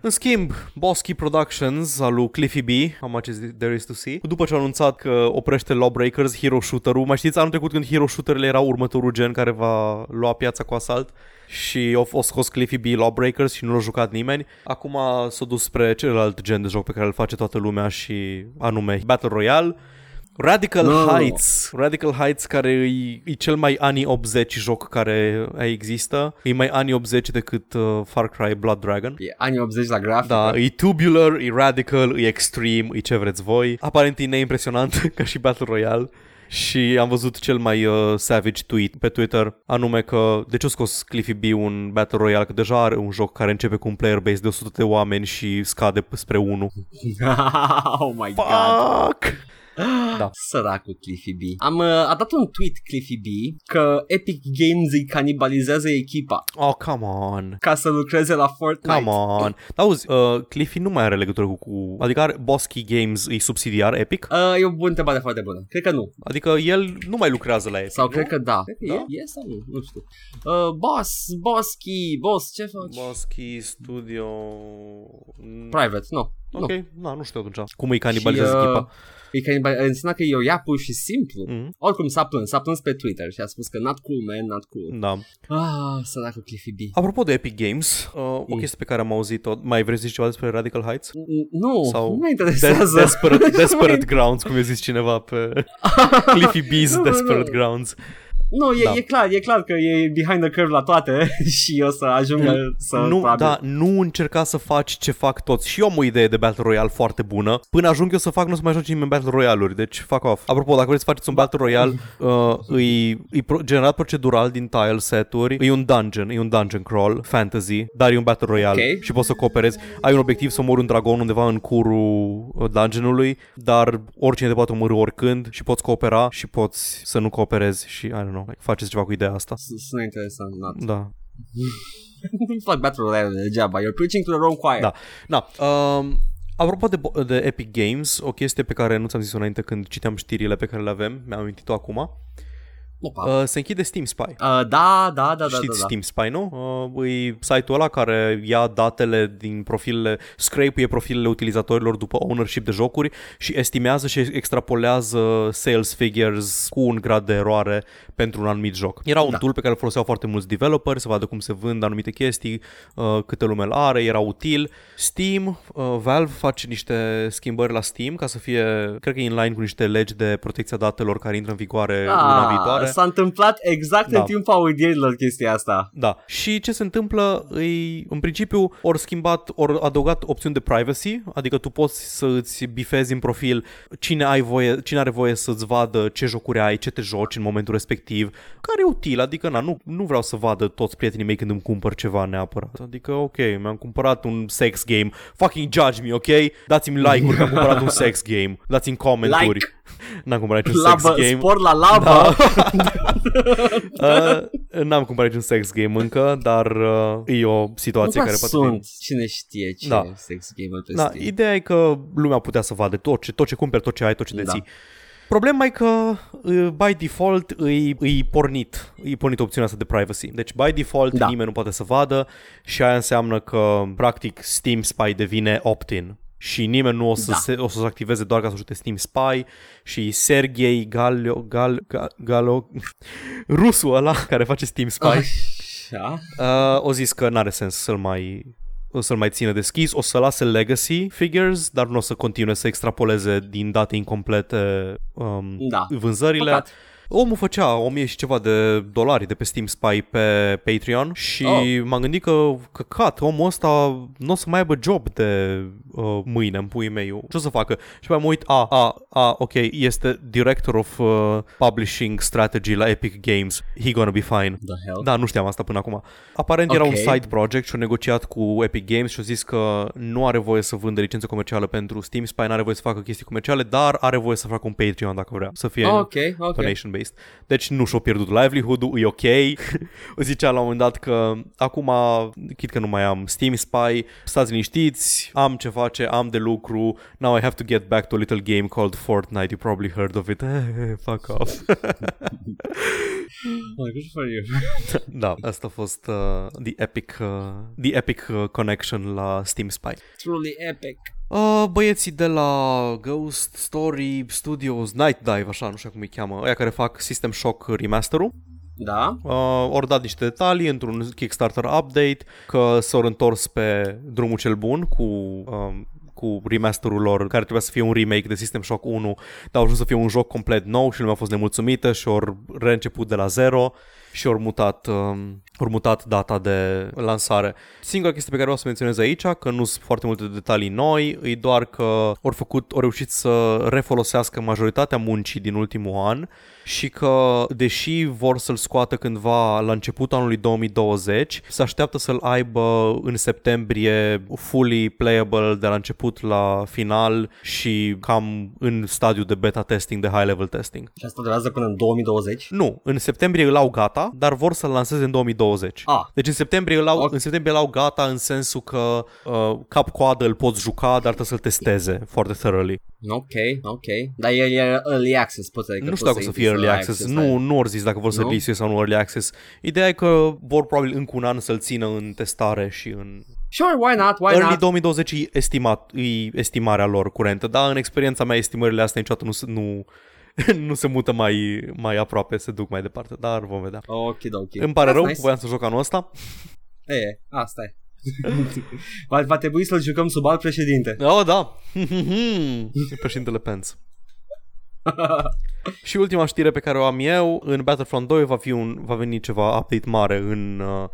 În schimb, Bosky Productions al lui Cliffy B, how much is there is to see, după ce a anunțat că oprește Lawbreakers, Hero Shooter-ul, mai știți, anul trecut când Hero Shooter-ele era următorul gen care va lua piața cu asalt și o, o scos Cliffy B Lawbreakers și nu l-a jucat nimeni. Acum s-a dus spre celălalt gen de joc pe care îl face toată lumea și anume Battle Royale. Radical No. Heights Radical Heights care e, e cel mai anii 80 joc care există E mai anii 80 decât uh, Far Cry Blood Dragon E anii 80 la grafic. da, e tubular, e radical, e extreme, e ce vreți voi. Aparent e neimpresionant ca și Battle Royale. și am văzut cel mai uh, savage tweet pe Twitter, anume că de ce a scos Cliffy B un Battle Royale, că deja are un joc care începe cu un player base de 100 de oameni și scade spre 1. Da. oh my god. Fuck! Da. Săracul Cliffy B. Am uh, a dat un tweet Cliffy B că Epic Games îi canibalizează echipa Oh, come on. ca să lucreze la Fortnite. Come on. Dar auzi, uh, Cliffy nu mai are legătură cu... cu adică are Boss Key Games, e subsidiar Epic? Uh, e o bună întrebare foarte bună. Cred că nu. Adică el nu mai lucrează la Epic, Sau nu? cred că da. Cred că Da? e, e sau nu, nu știu. Uh, boss, boss key, boss, ce faci? Boss Key Studio... Private, nu. Ok, nu. da, nu știu atunci. Cum îi canibalizează Și, uh, echipa? E canibal... Înseamnă că e o iapul și simplu. Mhm. Oricum s-a plâns, s-a plâns pe Twitter și a spus că not cool, man, not cool. Da. Ah, săracul Cliffy B. Apropo de Epic Games, uh, o chestie pe care am auzit-o, mai vrei să zici ceva despre Radical Heights? N- Mm. Nu, Sau nu mă Des- interesează. desperate, Nu mă desperate Grounds, cum i-a zis cineva pe Cliffy B's Nu, nu, Desperate nu. Grounds. Nu, e, Da. e clar, e clar că e behind the curve la toate și o să ajungă să... Nu, probabil- da, nu încerca să faci ce fac toți. Și eu am o idee de Battle Royale foarte bună. Până ajung eu să fac, nu o să mai joci nimeni Battle Royale-uri, deci fuck off. Apropo, dacă vreți să faceți un Battle Royale, uh, îi, îi pro- generat procedural din tile set-uri, e un dungeon, e un dungeon crawl, fantasy, dar e un Battle Royale Ok. și poți să cooperezi. Ai un obiectiv să omori un dragon undeva în curul uh, dungeonului, dar oricine te poate omorâ oricând și poți coopera și poți să nu cooperezi și, I don't know, like, faceți ceva cu ideea asta. S- Sună interesant, not. Da. Nu fac battle royale degeaba, you're preaching to the wrong choir. Da. Na, um, apropo de, bo- de Epic Games, o chestie pe care nu ți-am zis-o înainte când citeam știrile pe care le avem, mi-am amintit-o acum, Opa. uh, se închide Steam Spy. Uh, da, da, da, da, Știți da, da. Steam Spy, nu? Uh, e site-ul ăla care ia datele din profilele, scrape profilele utilizatorilor după ownership de jocuri și estimează și extrapolează sales figures cu un grad de eroare pentru un anumit joc. Era un Da. tool pe care îl foloseau foarte mulți developeri să vadă cum se vând anumite chestii, uh, câte lume îl are, era util. Steam, uh, Valve face niște schimbări la Steam ca să fie, cred că e in line cu niște legi de protecția datelor care intră în vigoare luna viitoare. Ah, s-a întâmplat exact Da. în timpul audierilor chestia asta. Da. Și ce se întâmplă, îi, în principiu, ori schimbat, ori adăugat opțiuni de privacy, adică tu poți să îți bifezi în profil cine, ai voie, cine are voie să-ți vadă ce jocuri ai, ce te joci în momentul respectiv, care e util, adică na, nu, nu vreau să vadă toți prietenii mei când îmi cumpăr ceva neapărat. Adică, ok, mi-am cumpărat un sex game, fucking judge me, ok? Dați-mi like-uri că am cumpărat un sex game, dați-mi comenturi. Like. N-am cumpărat niciun sex Labă, game. Da, spor la labă. Uh, n-am cumpărat niciun sex game încă, dar uh, e o Nu situație prea care poate fi... sunt, cine știe ce Da. sex gamer pe Da, Steam. ideea e că lumea putea să vadă tot ce, tot ce cumperi, tot ce ai, tot ce deții. Da. Problema e că uh, by default îi, îi pornit, îi pornit opțiunea asta de privacy. Deci by default Da. da. nimeni nu poate să vadă și aia înseamnă că practic Steam Spy devine opt-in și nimeni nu o să, Da. da. se, o să se activeze doar ca să ajute Steam Spy și Sergei Galio, Gal, Gal, Galo, rusul ăla care face Steam Spy Așa. Uh, o zis că n-are sens să-l mai o să-l mai țină deschis, o să lase legacy figures, dar nu o să continue să extrapoleze din date incomplete um, Da. vânzările. Păcat. Omul făcea 1000 și ceva de dolari de pe Steam Spy pe Patreon și Oh. oh. m-am gândit că, căcat, omul ăsta nu o să mai aibă job de uh, mâine în puii mei. Ce o să facă? Și mai mă uit, a, a, a, ok, este director of uh, publishing strategy la Epic Games. He gonna be fine. The hell? Da, nu știam asta până acum. Aparent era Ok. un side project și au negociat cu Epic Games și au zis că nu are voie să vândă licență comercială pentru Steam Spy, nu are voie să facă chestii comerciale, dar are voie să facă un Patreon dacă vrea, să fie Ok, ok. donation-based. Deci nu și-au pierdut livelihood-ul, e ok. o zicea la un moment dat că acum, chit că nu mai am Steam Spy, stați liniștiți, am ce face, am de lucru, now I have to get back to a little game called Fortnite, you probably heard of it. Fuck off. Oh, good for you. Da, asta a fost uh, the epic, uh, the epic uh, connection la Steam Spy. Truly epic. Uh, băieții de la Ghost Story Studios, Night Dive, așa, nu știu cum îi cheamă, aia care fac System Shock remasterul, Da? uh, ori dat niște detalii într-un Kickstarter update, că s-au întors pe drumul cel bun cu... Um, cu remasterul lor, care trebuia să fie un remake de System Shock 1, dar au ajuns să fie un joc complet nou și lumea a fost nemulțumită și au reînceput de la zero și au mutat, um, au mutat data de lansare. Singura chestie pe care vreau să menționez aici, că nu sunt foarte multe detalii noi, e doar că au făcut, au reușit să refolosească majoritatea muncii din ultimul an și că, deși vor să-l scoată cândva la începutul anului 2020, se așteaptă să-l aibă în septembrie fully playable de la început la final și cam în stadiu de beta testing, de high level testing. Și asta durează până în 2020? Nu, în septembrie îl au gata, dar vor să-l lanseze în 2020. Ah. Deci în septembrie îl au, Ok. în septembrie îl au gata în sensul că uh, cap-coadă îl poți juca, dar trebuie să-l testeze foarte thoroughly. Ok, ok. Dar el e early access, poți adică nu poți știu dacă o să intri să fie early ai access. la Nu, el. nu ori zis dacă vor să Nu? release sau nu early access. Ideea e că vor probabil încă un an să-l țină în testare și în... Sure, why not, why early not? 2020 e, estimat, e estimarea lor curentă, dar în experiența mea estimările astea niciodată nu, se- nu, nu se mută mai, mai aproape, se duc mai departe, dar vom vedea. Ok, ok. Îmi pare That's rău, nice. voiam să joc anul ăsta. E, asta e. va, va trebui să-l jucăm sub alt președinte. Oh, da. Președintele Pence. și ultima știre pe care o am eu, în Battlefront 2 va, fi un, va veni ceva update mare în uh,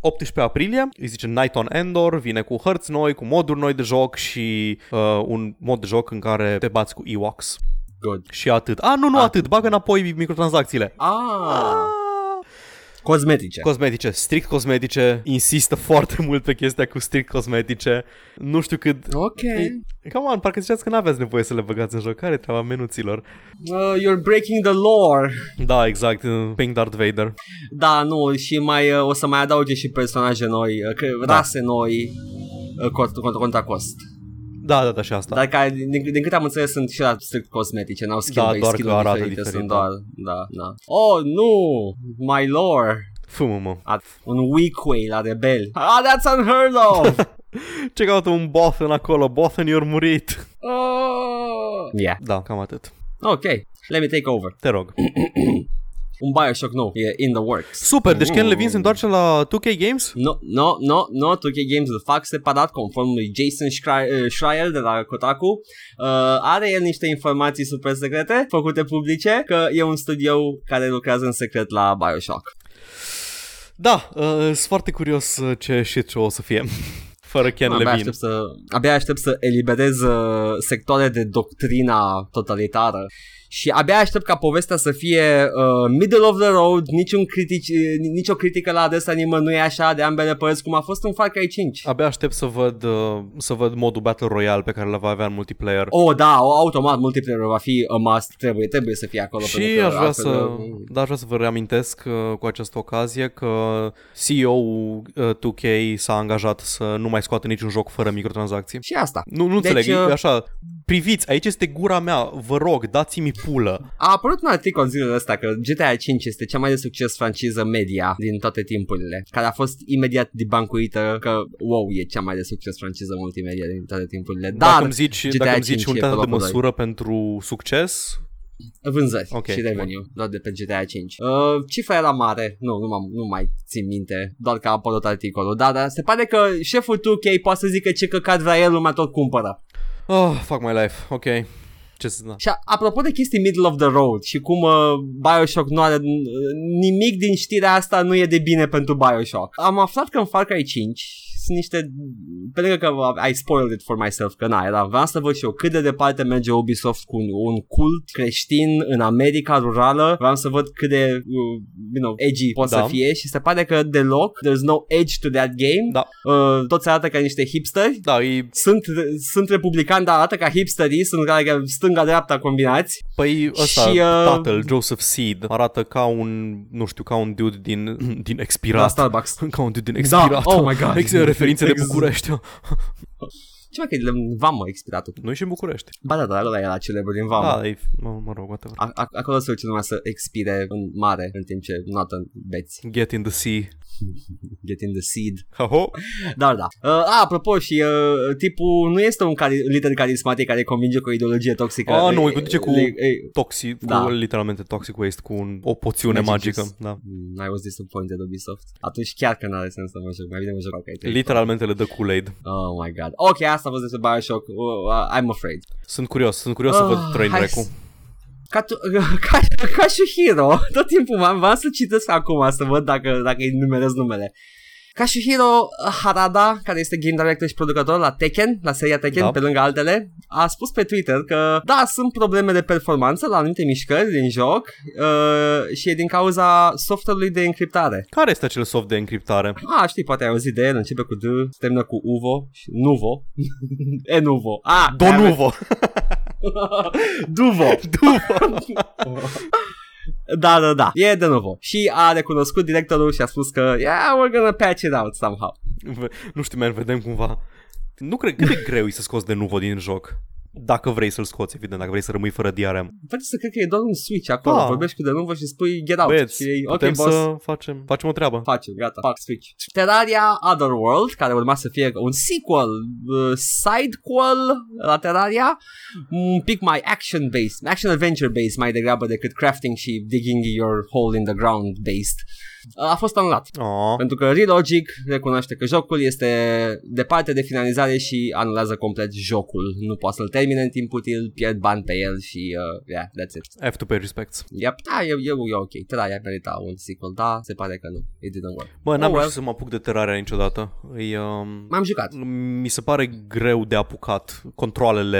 18 aprilie, îi zice Night on Endor, vine cu hărți noi, cu moduri noi de joc și uh, un mod de joc în care te bați cu Ewoks. Good. Și atât. A, nu, nu Ah. atât, bagă înapoi microtransacțiile. Ah, Ah. cosmetice. Cosmetice, strict cosmetice, insistă foarte mult pe chestia cu strict cosmetice. Nu știu cât ok. E- Come on, parcă ziceați că n-aveați nevoie să le băgați în joc. Care e treaba menuților? Uh, you're breaking the lore. Da, exact. Pink Darth Vader. Da, nu, și mai uh, o să mai adauge și personaje noi, uh, că, Da. rase noi, uh, cont, cont, contra cost. Da, da, da, și asta. Dar care, din, din câte am înțeles, sunt și la strict cosmetice, n-au skill Da, doar că skill arată diferite, diferit, sunt da. doar, da, da. Oh, nu, my lore. Fumă, mă. A, un weak way la rebel. Ah, that's unheard of! Ce caută un Bothan acolo? Bothan i-or murit. oh. Yeah. Da, cam atât. Ok, let me take over. Te rog. Un Bioshock nou, e in the works. Super, deci Ken Levine se întoarce la 2K Games? No, no, no, no, 2K Games îl fac separat conform lui Jason Schre- eh, Schreier de la Kotaku. Uh, are el niște informații super secrete făcute publice că e un studio care lucrează în secret la Bioshock. Da, uh, sunt foarte curios uh, ce shit show o să fie. Fără Ken abia, Levine. aștept să, abia aștept să eliberez uh, sectoare de doctrina totalitară. Și abia aștept ca povestea să fie uh, middle of the road, niciun critici, eh, nicio critică la adresa nimănui așa de ambele părți, cum a fost în Far Cry 5. Abia aștept să văd, uh, să văd modul Battle Royale pe care l va avea în multiplayer. Oh, da, o- automat multiplayer va fi a must, trebuie, trebuie să fie acolo. Și pentru că aș vrea altfel, să, uh, da, aș vrea să vă reamintesc uh, cu această ocazie că CEO-ul uh, 2K s-a angajat să nu mai scoată niciun joc fără microtransacții. Și asta. Nu, nu Deci, înțeleg, uh, e așa, priviți, aici este gura mea, vă rog, dați-mi pulă. A apărut un articol zilele astea că GTA 5 este cea mai de succes franciză media din toate timpurile, care a fost imediat debancuită că, wow, e cea mai de succes franciză multimedia din toate timpurile. Dacă Dar îmi zici, GTA dacă îmi 5 zici e unitatea pe de locul măsură pentru succes, vânzări Ok, și revenue doar de pe GTA 5. Uh, cifra era mare, nu, nu, m-am, nu mai țin minte, doar că a apărut articolul. Da, dar se pare că șeful 2K poate să zică ce căcat vrea el, lumea tot cumpără. oh, fuck my life, ok. Ce să... da. Și a- apropo de chestii middle of the road și cum uh, Bioshock nu are uh, nimic din știrea asta nu e de bine pentru Bioshock. Am aflat că în Far Cry 5 sunt niște... Pe lângă că uh, I spoiled it for myself, că na, era, vreau să văd și eu cât de departe merge Ubisoft cu un, un cult creștin în America rurală. Vreau să văd cât de, uh, you know, edgy pot Da. să fie și se pare că deloc there's no edge to that game. Da. Uh, toți arată ca niște hipsteri Da, e, sunt, sunt republicani, dar arată ca hipsterii, sunt care stânga-dreapta combinați. păi ăsta, Și, și, uh, tatăl, Joseph Seed, arată ca un, nu știu, ca un dude din, din La expirat. Starbucks. Ca un dude din Da, expirat. oh my God. Ex- referințe de Ex- București. Ce mai că e din Vamă expiratul? Noi și în București. Ba da, da, ăla era celebru din Vamă. Da, e, mă, mă rog, whatever. A- a- acolo se duce numai să expire în mare în timp ce notă beți. Get in the sea. Get in the seed. Ha-ho. Dar da. Uh, a, apropo, și uh, tipul nu este un cari- lider carismatic care convinge cu o ideologie toxică. A, E- Ah, nu, îi conduce cu- e- e- Toxic, da. Da. cu, literalmente toxic waste, cu un, o poțiune Magic magică. juice. Da. Mm, I was disappointed Ubisoft. Atunci chiar că n-are sens să mă joc. Mai bine mă joc Far Cry Exact. 3. Literalmente le dă Kool-Aid. Oh my god. Ok, asta a fost despre Bioshock. Uh, uh, I'm afraid. Sunt curios, sunt curios să Ah, văd train hai wreck-ul. să- ca, tu, ca, ca Shuhiro, tot timpul m-am v-am să citesc acum să văd dacă, dacă îi numerez numele. Kashuhiro Harada, care este game director și producător la Tekken, la seria Tekken, da. pe lângă altele, a spus pe Twitter că, da, sunt probleme de performanță la anumite mișcări din joc uh, și e din cauza software-ului de încriptare. Care este acel soft de încriptare? Ah, știi, poate ai auzit de el, începe cu D, se termină cu UVO, și NUVO, e NUVO, ah, Donuvo! DUVO! Duvo! Da, da, da, e de nou. Și a recunoscut directorul și a spus că Yeah, we're gonna patch it out somehow nu știu, mai vedem cumva. Nu cred cât de greu e să scoți de nuvo din joc. Dacă vrei să-l scoți, evident, dacă vrei să rămâi fără DRM. Vreau să cred că e doar un switch acolo Da. Vorbești cu de nou și spui get out Băieți, Și ei, putem ok boss să facem, facem o treabă. Facem, gata, fac switch Terraria Otherworld Care urma să fie un sequel uh, Sidequel la Terraria Un pic mai action-based Action-adventure-based mai degrabă decât crafting Și digging your hole in the ground based Uh, A fost anulat Oh. pentru că Relogic recunoaște că jocul este departe de finalizare și anulează complet jocul. Nu poate să-l termine în timp util, pierd bani pe el și uh, yeah, that's it. I have to pay respects. Yep. Da, eu, eu, eu ok. Terraria merita un sequel, da, se pare că nu. It didn't work. Bă, n-am Oh, well. reușit să mă apuc de terarea niciodată. E, um, M-am jucat. mi se pare greu de apucat controlele,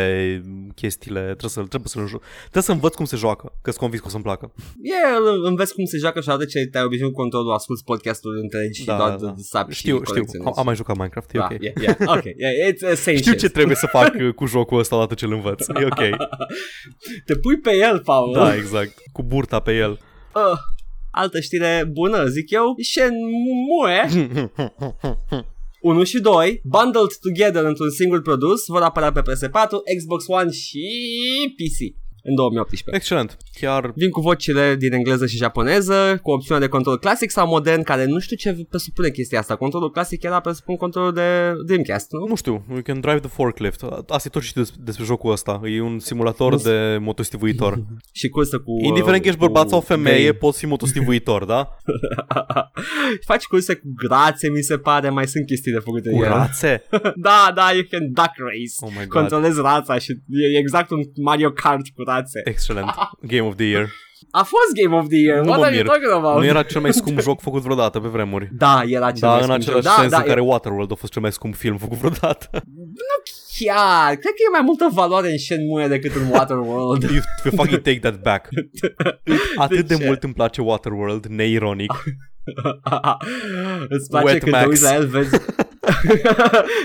chestiile, trebuie să trebuie să joc. Trebuie să învăț cum se joacă, că sunt convins că o să-mi placă. E, yeah, îl înveți cum se joacă și de ce te-ai obișnuit cu controlul, asculti podcastul întreg și da, doar da, da. sapi Știu, și știu. Am, colecționezi. am mai jucat Minecraft, e da, ok. yeah, yeah. ok, yeah, it's essential. Știu ce trebuie să fac uh, cu jocul ăsta odată ce îl învăț. E ok. Te pui pe el, Paul. Da, exact. Cu burta pe el. Uh, altă știre bună, zic eu, Shenmue 1 și 2, bundled together într-un singur produs, vor apărea pe PS4, Xbox One și PC în 2018. Excelent. Chiar Vin cu vocile din engleză și japoneză, cu opțiunea de control clasic sau modern, care nu știu ce presupune chestia asta. Controlul clasic era, presupun, controlul de Dreamcast, nu? nu știu, you can drive the forklift. Asta e tot ce știu des- despre jocul ăsta. E un simulator de motostivuitor. Și cursă cu... Indiferent că ești cu bărbat sau femeie, gay. poți fi motostivuitor, da? Faci curse cu grațe, mi se pare, mai sunt chestii de făcut în el. Curațe. Da, da, you can duck race. Oh my god. Controlezi rața și e exact un Mario Kart cu rațe. Excelent. Game of the year. A fost Game of the Year. Nu What mă are mir. you talking about? Nu era cel mai scump joc făcut vreodată pe vremuri. Da, era cel Da, mai în scump același joc. sens da, în da, care e- Waterworld a fost cel mai scump film făcut vreodată. Chiar, cred că e mai multă valoare în Shenmue decât în Waterworld. You, you fucking take that back. Atât de, ce? mult îmi place Waterworld, neironic. Îți place Wet când Max. te uiți la el, vezi...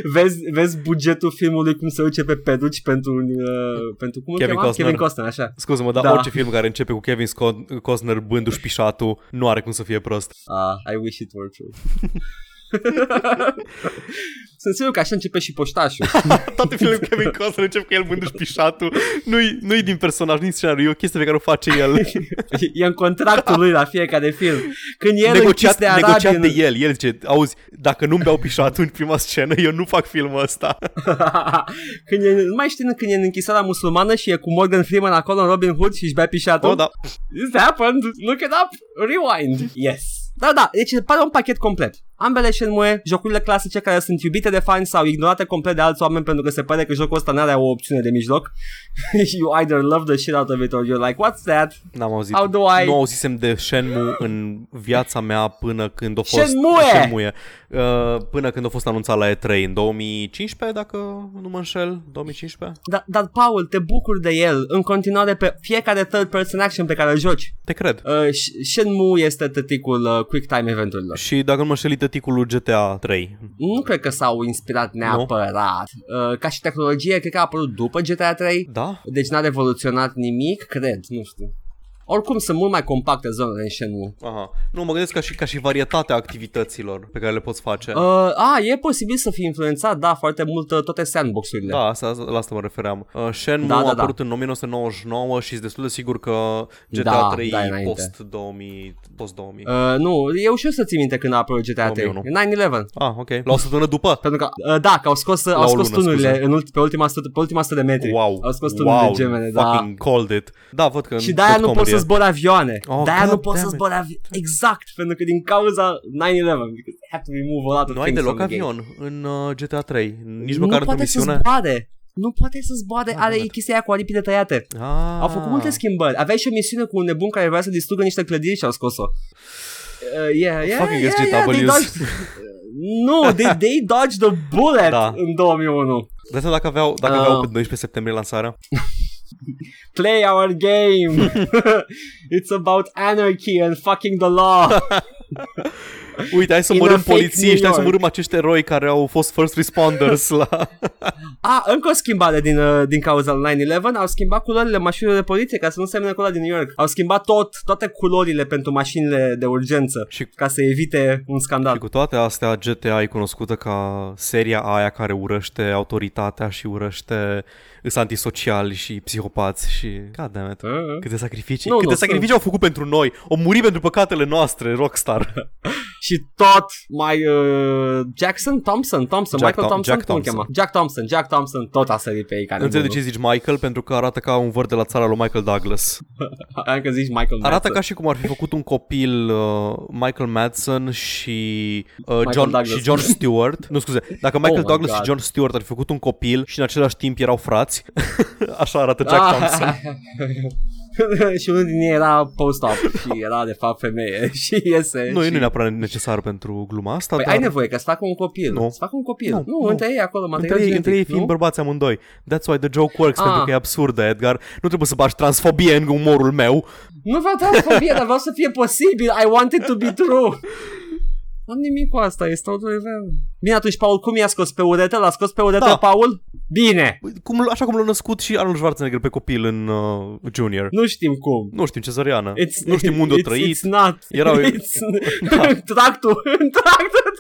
vezi, vezi bugetul filmului cum se duce pe peduci pentru, un, uh, pentru cum îl Kevin chema? Costner. Kevin Costner, așa. Scuze-mă, dar Da. orice film care începe cu Kevin Scott- Costner bându-și pișatul nu are cum să fie prost. Ah, I wish it were true. Sunt sigur că așa începe și poștașul. Toate filmele cu Kevin Costner încep cu el bându-și pișatul. Nu-i, nu-i din personaj, nici scenariu, e o chestie pe care o face el. E în contractul lui la fiecare film. Când el închis negociat, de arabi negociat în- de el. El zice, auzi, dacă nu-mi beau pișatul în prima scenă, eu nu fac filmul ăsta. când e, nu mai știu când e în închisoarea musulmană și e cu Morgan Freeman acolo în Robin Hood și își bea pișatul. Oh, da. This happened. Look it up. Rewind. Yes. Da, da, deci pare un pachet complet. Ambele Shenmue, jocurile clasice care sunt iubite de fani sau ignorate complet de alți oameni pentru că se pare că jocul ăsta nu are o opțiune de mijloc. you either love the shit out of it or you're like, what's that? N-am auzit. How do I- Nu auzisem de Shenmue în viața mea până când a fost... Shenmue! Shenmue! Uh, până când a fost anunțat la E3 în 2015, dacă nu mă înșel. 2015? Dar, Da, dar Paul, te bucuri de el în continuare pe fiecare third person action pe care îl joci. Te cred. Uh, Sh- Shenmue este tăticul uh, quick time eventurilor. Și dacă nu mă înșel, e tăticul lui GTA 3. Nu cred că s-au inspirat neapărat. Uh, ca și tehnologie, cred că a apărut după GTA 3, Da? deci n-a revoluționat nimic, cred, nu știu. Oricum sunt mult mai compacte zonele în Shenmue. Aha. Nu, mă gândesc ca și, ca și varietatea activităților pe care le poți face. Uh, a, e posibil să fie influențat, da, foarte mult uh, toate sandbox-urile. Da, asta, asta- la asta mă refeream. Uh, Shenmue da, Da, da, da, a da. apărut în 1999 și sunt destul de sigur că GTA Da, 3 da, e înainte. post-2000. Post-2000. Uh. Uh, nu, e ușor să ții minte când a apărut GTA 3. 2001. 9-11. Ah, ok. La o săptămână după? Pentru că, uh, da, că au scos, au o scos lună, tunurile scuze. în ulti, pe, ultima 100, pe ultima 100 de metri. Wow. Au scos tunurile wow, gemene, da. fucking called it. Da, văd că Și de-aia nu poți să zbori. zbori avioane. Oh, Oh, de-aia God nu poți să damn it. zbori avioane. Exact, pentru că din cauza 9-11, because they have to remove a lot of Nu ai things deloc from the game. avion în uh, GTA 3. Nici nu măcar într-o poate să misiune. zboare. nu poate să zboare, Da, are da, da. chestia aia cu aripile tăiate. Ah. Au făcut multe schimbări. Aveai și o misiune cu un nebun care vrea să distrugă niște clădiri și au scos-o. Uh, yeah, yeah, Fucking yeah, yeah, SJWs. they dodged... Nu, they, they dodged the bullet Da. da. în 2001. De asta dacă aveau, dacă Ah. aveau pe 12 septembrie lansarea. Play our game. It's about anarchy and fucking the law. Uite, hai să In a omorâm fake New polițiști, hai York. să omorâm acești eroi care au fost first responders la... A, încă o schimbare din, uh, din cauza lui 9-11 Au schimbat culorile mașinilor de poliție Ca să nu semene cu ăla din New York Au schimbat tot, toate culorile pentru mașinile de urgență Și- Ca să evite un Și scandal cu toate astea, GTA e cunoscută ca seria aia care urăște autoritatea și urăște îs antisociali și psihopați și... God damn it. Uh. Câte sacrificii, Nu, câte nu, sacrificii au făcut pentru noi. O muri pentru păcatele noastre, Da, Rockstar. Și tot mai uh, Jackson Thompson, Thompson, Jack Michael Thom- Thompson, Jack cum îl Thompson. chema? Jack Thompson, Jack Thompson, tot a sărit pe ei ca Înțeleg de ce nebunul. zici Michael, pentru că arată ca un văr de la țara lui Michael Douglas. Hai că zici Michael Arată Jackson. ca și cum ar fi făcut un copil uh, Michael Madsen și, uh, John, Douglas. Oh și John Stewart. Nu scuze, dacă Michael my Douglas și God. John Stewart ar fi făcut un copil și în același timp erau frați, așa arată Jack Ah. Thompson. și unul din ei era post-op și era de fapt femeie și iese Nu, și... nu e neapărat necesar pentru gluma asta, Păi dar ai nevoie că să facă un copil. da. Nu. Să facă un copil. Nu, Nu, nu. între ei acolo material între ei, genetic, între ei fiind nu? bărbați amândoi. That's why the joke works, Ah. pentru că e absurdă, Edgar. Nu trebuie să bagi transfobie în umorul meu. Nu vreau transfobie, dar vreau să fie posibil. I want it to be true. N-am nimic cu asta, este totul nivel. Bine, atunci, Paul, cum i-a scos pe uretă? L-a scos pe uretă, Da. Paul? Bine. Cum, așa cum l-a născut și Arnold Schwarzenegger pe copil în uh, Junior. Nu știm cum. Nu știm, cezăreană. It's, nu știm unde a it's, trăit. It's not. Erau- It's... Da. în tractul. În tractul.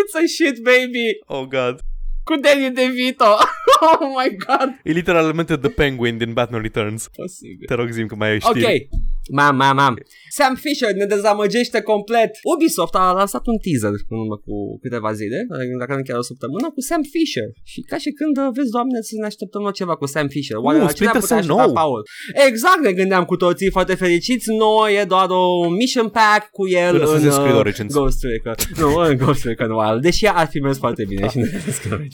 It's a shit baby. Oh, God. Cu Danny DeVito. oh my god. E literalmente The Penguin din Batman Returns. Posibil. Te rog, zim că mai ai știri. Ok. Mam, mam, mam. Sam Fisher ne dezamăgește complet. Ubisoft a lansat un teaser în urmă cu câteva zile, dacă nu chiar o săptămână, cu Sam Fisher. Și ca și când uh, vezi, doamne, să ne așteptăm la ceva cu Sam Fisher. Oare Uh, la ce ne-am Splinter putea Cell aștepta, nou. Paul? Exact, ne gândeam cu toții foarte fericiți. Noi e doar o mission pack cu el Până să în se scrie uh, Origins. Ghost Recon. Nu, în Ghost Recon Wild. Deși ea ar fi mers foarte bine și nu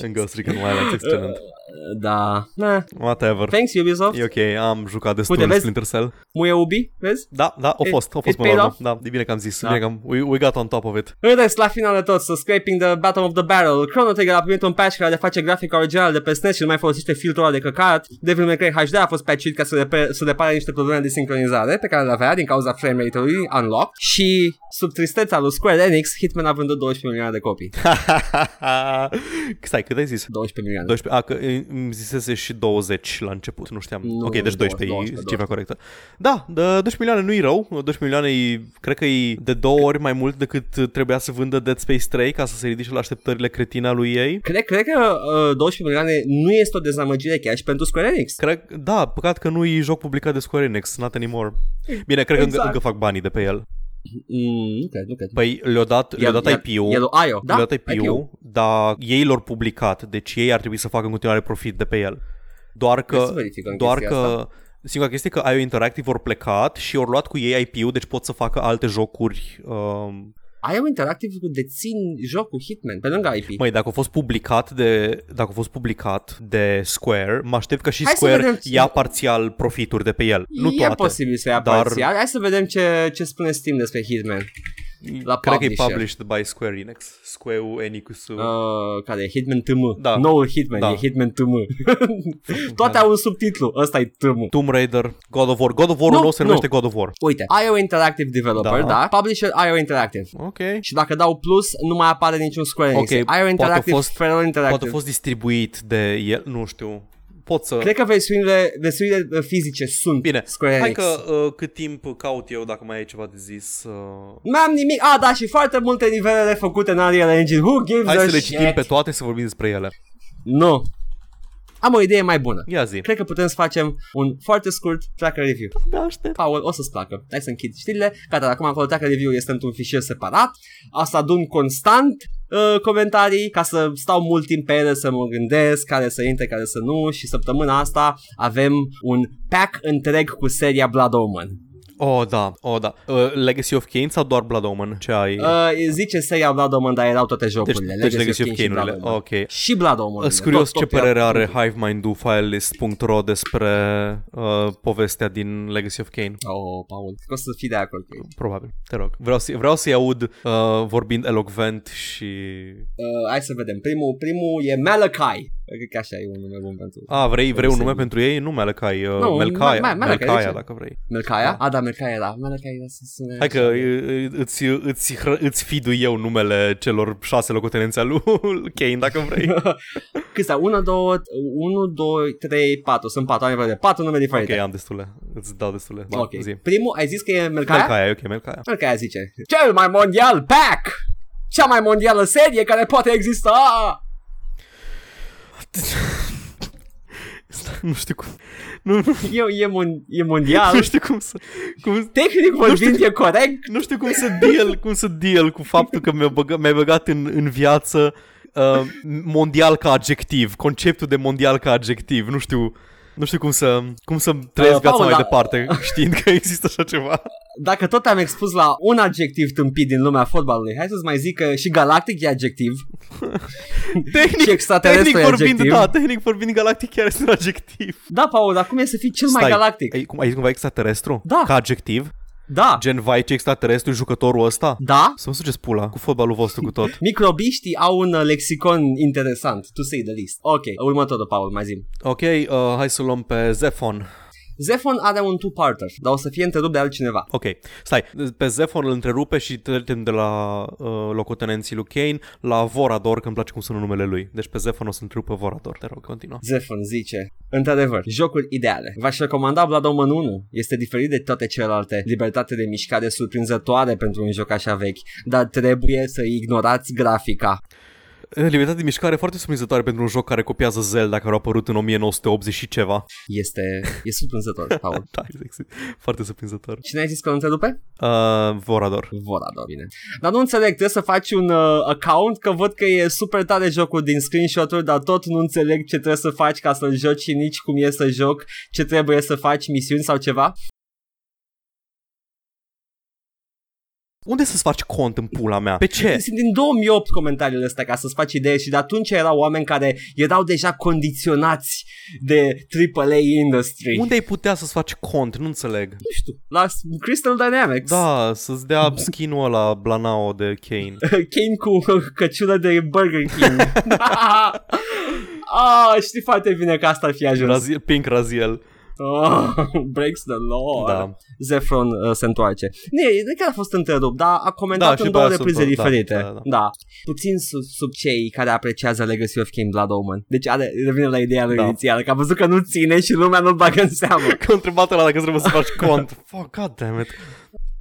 În Ghost Recon Wildlands, excelent. Da. Na. Whatever. Thanks Ubisoft. E ok, am jucat destul Uite, în vezi? Splinter Cell. Muie Ubi, vezi? Da, da, a It- fost, a it fost până paid la urmă. off? Da, e bine că am zis, e Da. bine că am, we, we got on top of it. În rest, la final de tot, să scraping the bottom of the barrel, Chrono Trigger a primit un patch care le face grafica originală de pe SNES și nu mai folosește filtrul ăla de căcat. Devil May Cry HD a fost patchuit ca să, repa- să repare niște probleme de sincronizare pe care le avea din cauza framerate-ului unlocked și sub tristețea lui Square Enix, Hitman a vândut 12 milioane de copii. Stai, cât ai 12 zis? milioane. 12, a, că îmi zisese și 20 la început, nu știam. Nu, ok, deci 12 e 12, cifra corectă. Da, de 12 milioane nu-i rău, 12 milioane e, cred că e de două ori mai mult decât trebuia să vândă Dead Space 3 ca să se ridice la așteptările cretina lui ei. Cred, cred că uh, 12 milioane nu este o dezamăgire chiar și pentru Square Enix. Cred, da, păcat că nu e joc publicat de Square Enix, not anymore. Bine, cred că încă, Exact. încă fac banii de pe el. Mm, nu cred, nu cred. Păi le-a dat, le-a dat IP-ul. E lui IO. Da, Da? le-a dat IP-ul, dar ei l-au publicat, deci ei ar trebui să facă în continuare profit de pe el. Doar Hai să că, verificăm doar că chestia asta. singura chestie e că IO Interactive au plecat și au luat cu ei IP-ul, deci pot să facă alte jocuri. Um, IO Interactive dețin jocul Hitman pe lângă IP. măi, dacă a fost publicat de, dacă a fost publicat de Square, mă aștept că și Hai să Square vedem- ia parțial profituri de pe el. Nu e toate. posibil să ia dar- dar... parțial. Hai să vedem ce, ce spune Steam despre Hitman. la Cred că e publisher. published by Square Enix. Square Enix. Uh, care e? Hitman TM. Da. Noul Hitman Da. e Hitman TM. Toate au un subtitlu. Ăsta e TM. Tomb Raider, God of War. God of War Nu, nou se nu. numește God of War. Uite, IO Interactive Developer, da. Da. da? Publisher IO Interactive. Ok. Și dacă dau plus, nu mai apare niciun Square Enix. Ok, Okay. IO poate Interactive, a fost- Feral Poate Interactive. a fost distribuit de el, nu știu. Pot să... Cred că versiunile, versiunile uh, fizice sunt Bine, Square Enix. hai că uh, cât timp caut eu dacă mai ai ceva de zis. Uh... N-am nimic. A, da, și foarte multe nivelele făcute în Unreal Engine. Who gives Hai a să le shit? citim pe toate să vorbim despre ele. Nu. Am o idee mai bună. Ia zi. Cred că putem să facem un foarte scurt tracker review. Da, aștept. Paul, o să-ți placă. Hai să închid știrile. Gata, de acum acolo tracker review este într-un fișier separat. Asta adun constant uh, comentarii ca să stau mult timp pe ele să mă gândesc care să intre, care să nu și săptămâna asta avem un pack întreg cu seria Blood Omen. Oh, da, oh, da. Uh, Legacy of Kane sau doar Blood Omen? Ce ai? Uh, zice seria Blood Omen, dar erau toate deci, jocurile. deci Legacy of Kane Kane-urile. Ok. Și Blood Omen. Sunt curios ce părere are HiveMind-ul filelist.ro despre uh, povestea din Legacy of Kane. Oh, Paul, cred că o să fii de acord cu ei. Probabil, te rog. Vreau, să, vreau să-i aud uh, vorbind elocvent și... Uh, hai să vedem. Primul, primul e Malachi. Cred că așa e un nume bun pentru... A, ah, vrei, vrei un Să-i- nume pentru ei? Nu Melkai, uh, Nu, Melcaia, Ma- Ma- Malachi, Melcaia zice. dacă vrei. Melcaia? A, da, Melcaia era. Melcaia era să sună... Ah. Hai că uh, îți, îți, hră- îți fidui eu numele celor șase locotenențe al lui Kane dacă vrei. Cât stai? 1, 2, 1, 2, 3, 4. Sunt 4, am nevoie de 4 nume diferite. ok, am destule. Îți dau destule. Da, Ok. zi. Primul, ai zis că e Melcaia? Melcaia, e ok, Melcaia. Melcaia zice. Cel mai mondial pack! Cea mai mondială serie care poate exista! Stai, nu știu cum. Nu, nu, E, e, mon- e mondial. nu știu cum să... Cum, Tehnic vorbind e corect. nu știu cum să deal, cum să deal cu faptul că mi-a băgat, mi-ai băgat în, în viață uh, mondial ca adjectiv, conceptul de mondial ca adjectiv. Nu știu, nu știu cum să, cum să trăiesc Uh, viața Paul, mai da. departe știind că există așa ceva. Dacă tot am expus la un adjectiv tâmpit din lumea fotbalului, hai să-ți mai zic că și galactic e adjectiv. și Tehnic, extraterestru tehnic e vorbind, adjectiv. da, tehnic vorbind, galactic chiar este un adjectiv. Da, Paul, dar cum e să fii cel mai Stai, galactic? Ai, cum, ai zis cumva extraterestru? Da. Ca adjectiv? Da, Gen, vai, ce extraterestru jucătorul ăsta? da. Să-mi sugeți pula cu fotbalul vostru cu tot. Microbiștii au un uh, lexicon interesant, to say the least. Ok, următorul, Paul, mai zim. Ok, uh, hai să luăm pe Zephon. Zefon are un two-parter, dar o să fie întrerupt de altcineva. Ok, stai, pe Zephon îl întrerupe și trecem de la uh, locotenenții lui Kane la Vorador, că îmi place cum sună numele lui. Deci pe Zephon o să întrerupă Vorador, te rog, continuă. Zefon zice, într-adevăr, jocuri ideale. V-aș recomanda Blood Omen 1. Este diferit de toate celelalte. Libertate de mișcare surprinzătoare pentru un joc așa vechi, dar trebuie să ignorați grafica. Libertatea de mișcare foarte surprinzătoare pentru un joc care copiază Zelda, care a apărut în 1980 și ceva. Este, e surprinzător, Paul. Da, exact, foarte surprinzător. Cine ai zis că îl întrerupe? Uh, Vorador. Vorador, bine. Dar nu înțeleg, trebuie să faci un uh, account că văd că e super tare jocul din screenshot-uri, dar tot nu înțeleg ce trebuie să faci ca să-l joci și nici cum e să joc, ce trebuie să faci, misiuni sau ceva. Unde să-ți faci cont în pula mea? Pe ce? Sunt din 2008 comentariile astea ca să-ți faci idee și de atunci erau oameni care erau deja condiționați de AAA industry. Unde ai putea să-ți faci cont? Nu înțeleg. Nu știu, la Crystal Dynamics. Da, să-ți dea skin-ul ăla Blanao de Kane. Kane cu căciulă de Burger King. Ah, știi foarte bine că asta ar fi ajuns. Raziel, Pink Raziel. Oh, breaks the law. Da. Zefron uh, se întoarce. Nu, e- nu chiar a fost întrerupt, dar a comentat Da, și în pe două aia s-a reprize întors, da, diferite. da, da. Puțin sub, sub cei care apreciază Legacy of King Blood Omen. Deci are, revine la ideea lui Da. inițială, că a văzut că nu ține și lumea nu-l bagă în seamă. Că întrebat ăla dacă trebuie să faci cont. Fuck, god damn it.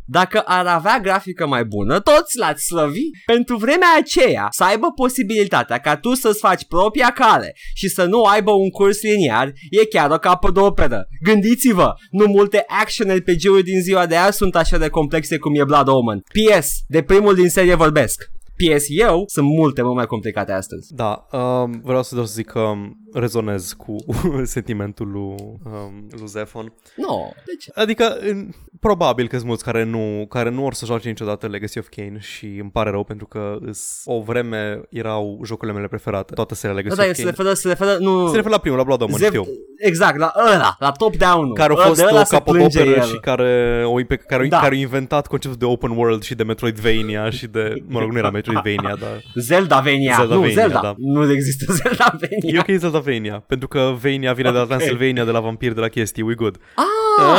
Dacă ar avea grafică mai bună, toți l-ați slăvi. Pentru vremea aceea, să aibă posibilitatea ca tu să-ți faci propria cale și să nu aibă un curs liniar, e chiar o capodoperă. Gândiți-vă, nu multe action RPG-uri din ziua de azi sunt așa de complexe cum e Blood Omen. PS, de primul din serie vorbesc. PS eu sunt multe mult mai complicate astăzi. Da, um, vreau să doar să zic că um, rezonez cu sentimentul lui, um, lui Zephon. Nu, no, de ce? Adică, în, probabil că sunt mulți care nu, care nu or să joace niciodată Legacy of Kane și îmi pare rău pentru că îs- o vreme erau jocurile mele preferate, toată seria Da, Legacy da, of se Kane. referă, se referă, nu, Se referă la primul, la Blood Omen, Zef- știu. exact, la ăla, la top down Care a fost o capodoperă și care au pe care, Da. da. care au inventat conceptul de open world și de Metroidvania și de... Mă rog, nu era Metroidvania, dar... Zeldavenia. Zeldavenia, nu, Zelda. da. Nu există E Zeldavenia. ok Zeldavania, pentru că Vania vine de la Ok. Transylvania, de la vampir, de la chestii, we good. Ah,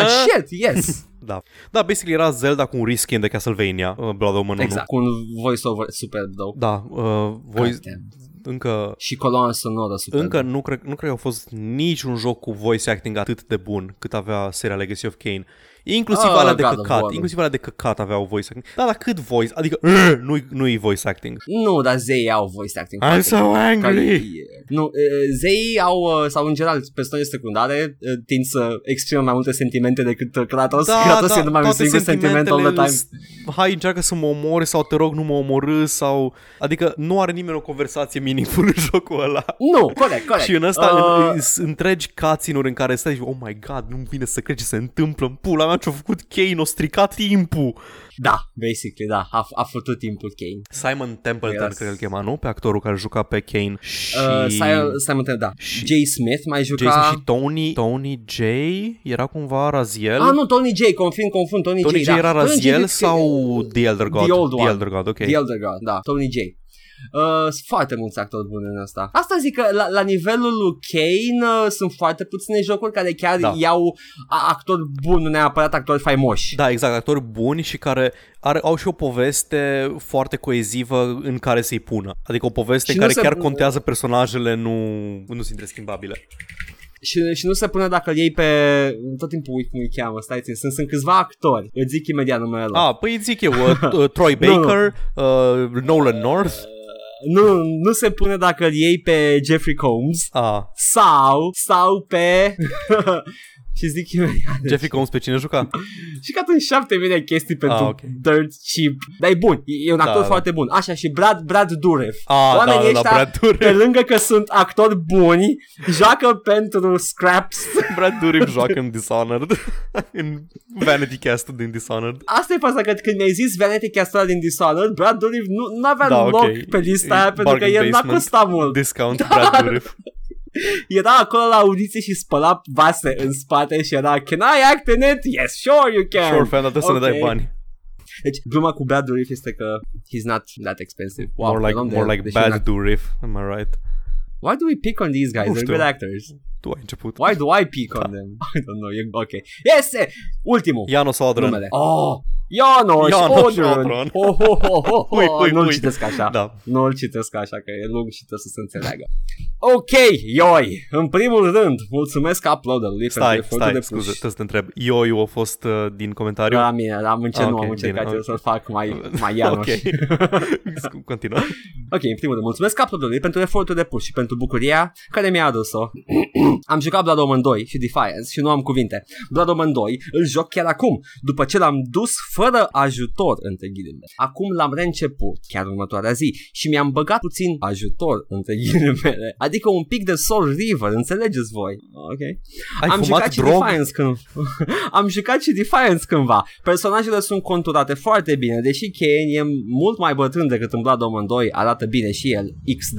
Ah. shit, yes. Da. Da, basically era Zelda cu un reskin de Castlevania, uh, Blood Omen exact, cu un voiceover super dope. 1. Da, uh, voi Goddamn. încă Și coloana sonoră super încă nu cred, nu cred că a fost niciun joc cu voice acting atât de bun cât avea seria Legacy of Kane. Inclusiv Ah, alea de God of căcat, War. inclusiv alea de căcat aveau voice acting. Da, dar cât voice? Adică nu nu e voice acting. Adică Nu, dar zeii au voice acting. I'm foarte so bun. Care- angry. Nu, e, zeii au, e, sau în general, personaje secundare e, tind să exprime mai multe sentimente decât e, Kratos. Kratos e numai un Da, toate singur sentiment all the sentimentele time. îs- Hai, încearcă să mă omori sau te rog, nu mă omorâ sau... Adică nu are nimeni o conversație meaningful în jocul ăla. Nu, corect, corect. Și în ăsta Uh, uh... întregi caținuri în care stai și, oh my god, nu-mi vine să cred ce se întâmplă în pula mea, ce-a făcut Kane, o stricat timpul. Da, basically, da, a, a făcut timpul Kane. Simon Templeton, Era- cred că îl chema, nu? Pe actorul care juca pe Kane și... Uh, Simon- Simon, Temple, da. și- Jay Smith mai juca... Jason și Tony, Tony J era cumva Raziel? Ah, nu, Tony J, confirm, confund, Tony, Tony J da. era Tony J cred Raziel că- sau The Elder God? The Old One. Elder God, ok. The Elder God, da, Tony J. Uh, sunt foarte mulți actori buni în asta. Asta zic că la, la nivelul lui Kane uh, sunt foarte puține jocuri care chiar Da. da. iau a- actori buni, nu neapărat actori faimoși. Da, exact, actori buni și care are, au și o poveste foarte coezivă în care să-i pună. Adică o poveste Și în nu care se- chiar contează personajele, nu, nu sunt interschimbabile. Și, și nu se pune dacă îl iei pe... Tot timpul uit cum îi cheamă, stai țin. Sunt, sunt câțiva actori. Îți zic imediat numele lor. Ah, păi îți zic eu, uh, uh, Troy Nu, nu. Baker, uh, Nolan North, Nu, nu se pune dacă îl iei pe Jeffrey Combs ah, sau, sau pe... și zic imediat. Jeffrey Combs pe cine juca? Și că atunci șapte mii de chestii pentru Ah, ah, ok. okay. dirt cheap. Dar e bun, e un Da, actor da. foarte bun. Așa, și Brad, Brad Dourif. Ah, da, da, da, Brad pe Dourif. lângă că sunt actori buni, joacă pentru scraps. Brad Dourif joacă în Dishonored, în Vanity Cast din Dishonored. Asta e faza, că când mi-ai zis Vanity Castle din Dishonored, Brad Dourif nu, nu avea Da, da, ok. loc okay. pe lista E aia, pentru că bargain el n-a basement. costat mult. Da, Discount Brad Dourif. Era acolo la audiție și spăla vase în spate și era Can I act in it? Yes, sure you can. Sure, fan, dar trebuie să ne dai da. Ok. bani. Deci, gluma cu Brad Dourif este că he's not that expensive. Wow, deci More luăm like, de more el, like deși e un Bad Dourif, am I right? Why do we pick on these guys? Nu They're știu. good actors. Tu ai început. Why do I pick on them? I don't know. E- Ok. Yes! eh, Ultimul. Iano Sodran. Numele. Oh! Ianoș Ianoș Odron. Odron. Ho, ho, ho, ho, ho. Ui, ui, Oh, Nu-l ui. citesc așa. Da. Nu-l citesc așa, că e lung și trebuie să se înțeleagă. Ok, Ioi. În primul rând, mulțumesc uploader-ului Stai, pentru efortul stai, de Da, scuze, push. trebuie să te întreb. Ioiu a fost uh, din comentariu? La mine, am încercat, Ah, nu, ok, am încercat bine, eu ok. să-l fac mai, mai Ianoș. Ok. Scu- Continuă. Ok, în primul rând, mulțumesc uploadului pentru efortul depus și pentru bucuria care mi-a adus-o. am jucat Blood Omen 2 și Defiance și nu am cuvinte. Blood Omen 2 îl joc chiar acum, după ce l-am dus fără ajutor, între ghilimele. Acum l-am reînceput, chiar următoarea zi, și mi-am băgat puțin ajutor, între ghilimele. Adică un pic de Soul River, înțelegeți voi? Ok Ai am fumat jucat și drog? Defiance când... am jucat și Defiance cândva. Personajele sunt conturate foarte bine, deși Kane e mult mai bătrân decât în Blood Omen 2, arată bine și el, XD.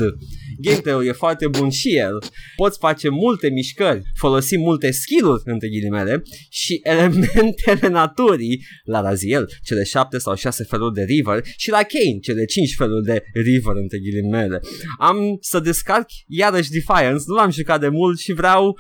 Gameplay-ul e foarte bun și el. Poți face multe mișcări, folosi multe skill-uri, între ghilimele, și elementele naturii, la Raziel, cele 7 sau 6 feluri de River, și la Kane, cele 5 feluri de River, între ghilimele. Am să descarc iarăși Defiance, nu l-am jucat de mult și vreau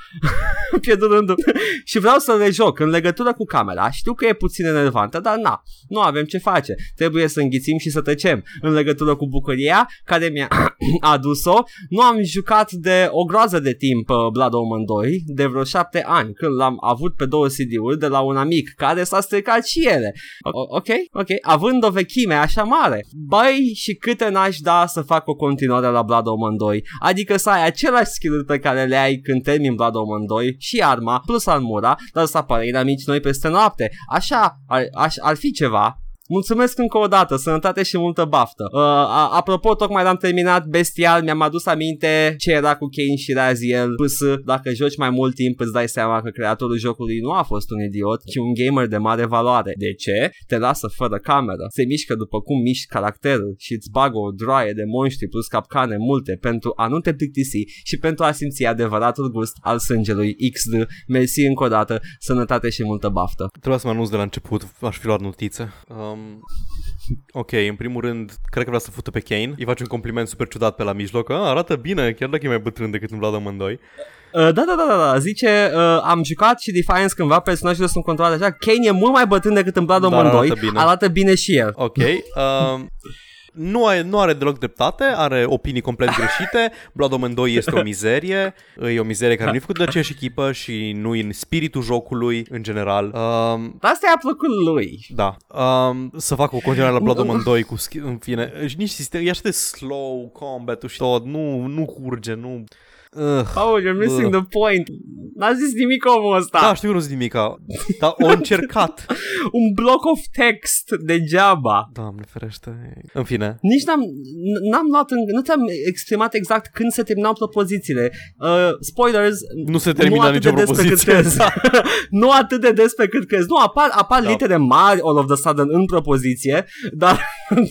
am pierdut rândul. și vreau să le joc în legătură cu camera. Știu că e puțin enervantă, dar na, nu avem ce face. Trebuie să înghițim și să tăcem. În legătură cu bucuria care mi-a adus-o, nu am jucat de o groază de timp uh, Blood Omen 2, de vreo șapte ani, când l-am avut pe două CD-uri de la un amic care s-a stricat și ele. O- ok, ok, având o vechime așa mare. Băi, și câte n-aș da să fac o continuare la Blood Omen 2, adică să ai același skill pe care le ai când termin Blood Omen 2 și arma plus armura, dar să apară inamici noi peste noapte. Așa ar, aș, ar fi ceva. Mulțumesc încă o dată, sănătate și multă baftă. Uh, a, apropo, tocmai l-am terminat bestial, mi-am adus aminte ce era cu Kane și Raziel. Plus, dacă joci mai mult timp, îți dai seama că creatorul jocului nu a fost un idiot, ci un gamer de mare valoare. De ce? Te lasă fără cameră, se mișcă după cum miști caracterul și îți bagă o droaie de monștri plus capcane multe pentru a nu te plictisi și pentru a simți adevăratul gust al sângelui XD. Mersi încă o dată, sănătate și multă baftă. Trebuia să mă anunț de la început, aș fi luat notițe. Um, ok, în primul rând, cred că vrea să fută pe Kane. Îi face un compliment super ciudat pe la mijloc. Ah, arată bine, chiar dacă e mai bătrân decât în Vlad amândoi. Uh, da, da, da, da, da, zice, uh, am jucat și Defiance cândva, personajele sunt controlate așa, Kane e mult mai bătrân decât în Blood Dar Omen 2, Da, arată arată bine. bine. și el. Ok. Um, nu, are, nu are deloc dreptate, are opinii complet greșite. Blood Omen 2 este o mizerie, e o mizerie care nu e făcută de aceeași echipă și nu e în spiritul jocului în general. Um, Dar asta i-a plăcut lui. Da. Um, să fac o continuare la Blood Omen 2 cu schi- în fine. Și nici sistem, e așa de slow combat-ul și tot, nu, nu curge, nu... Ugh. Oh, you're missing the point. N-a zis nimic omul ăsta. Da, știu că nu zic nimica, dar o încercat. Un bloc of text degeaba. Doamne ferește. În fine. Nici n-am, n- n-am luat, în, nu ți-am exprimat exact când se terminau propozițiile. Uh, spoilers, Nu se termina nu atât nicio de des pe cât propoziție. crezi. nu atât de des pe cât crezi. Nu, apar, apar Da. litere mari all of the sudden în propoziție, dar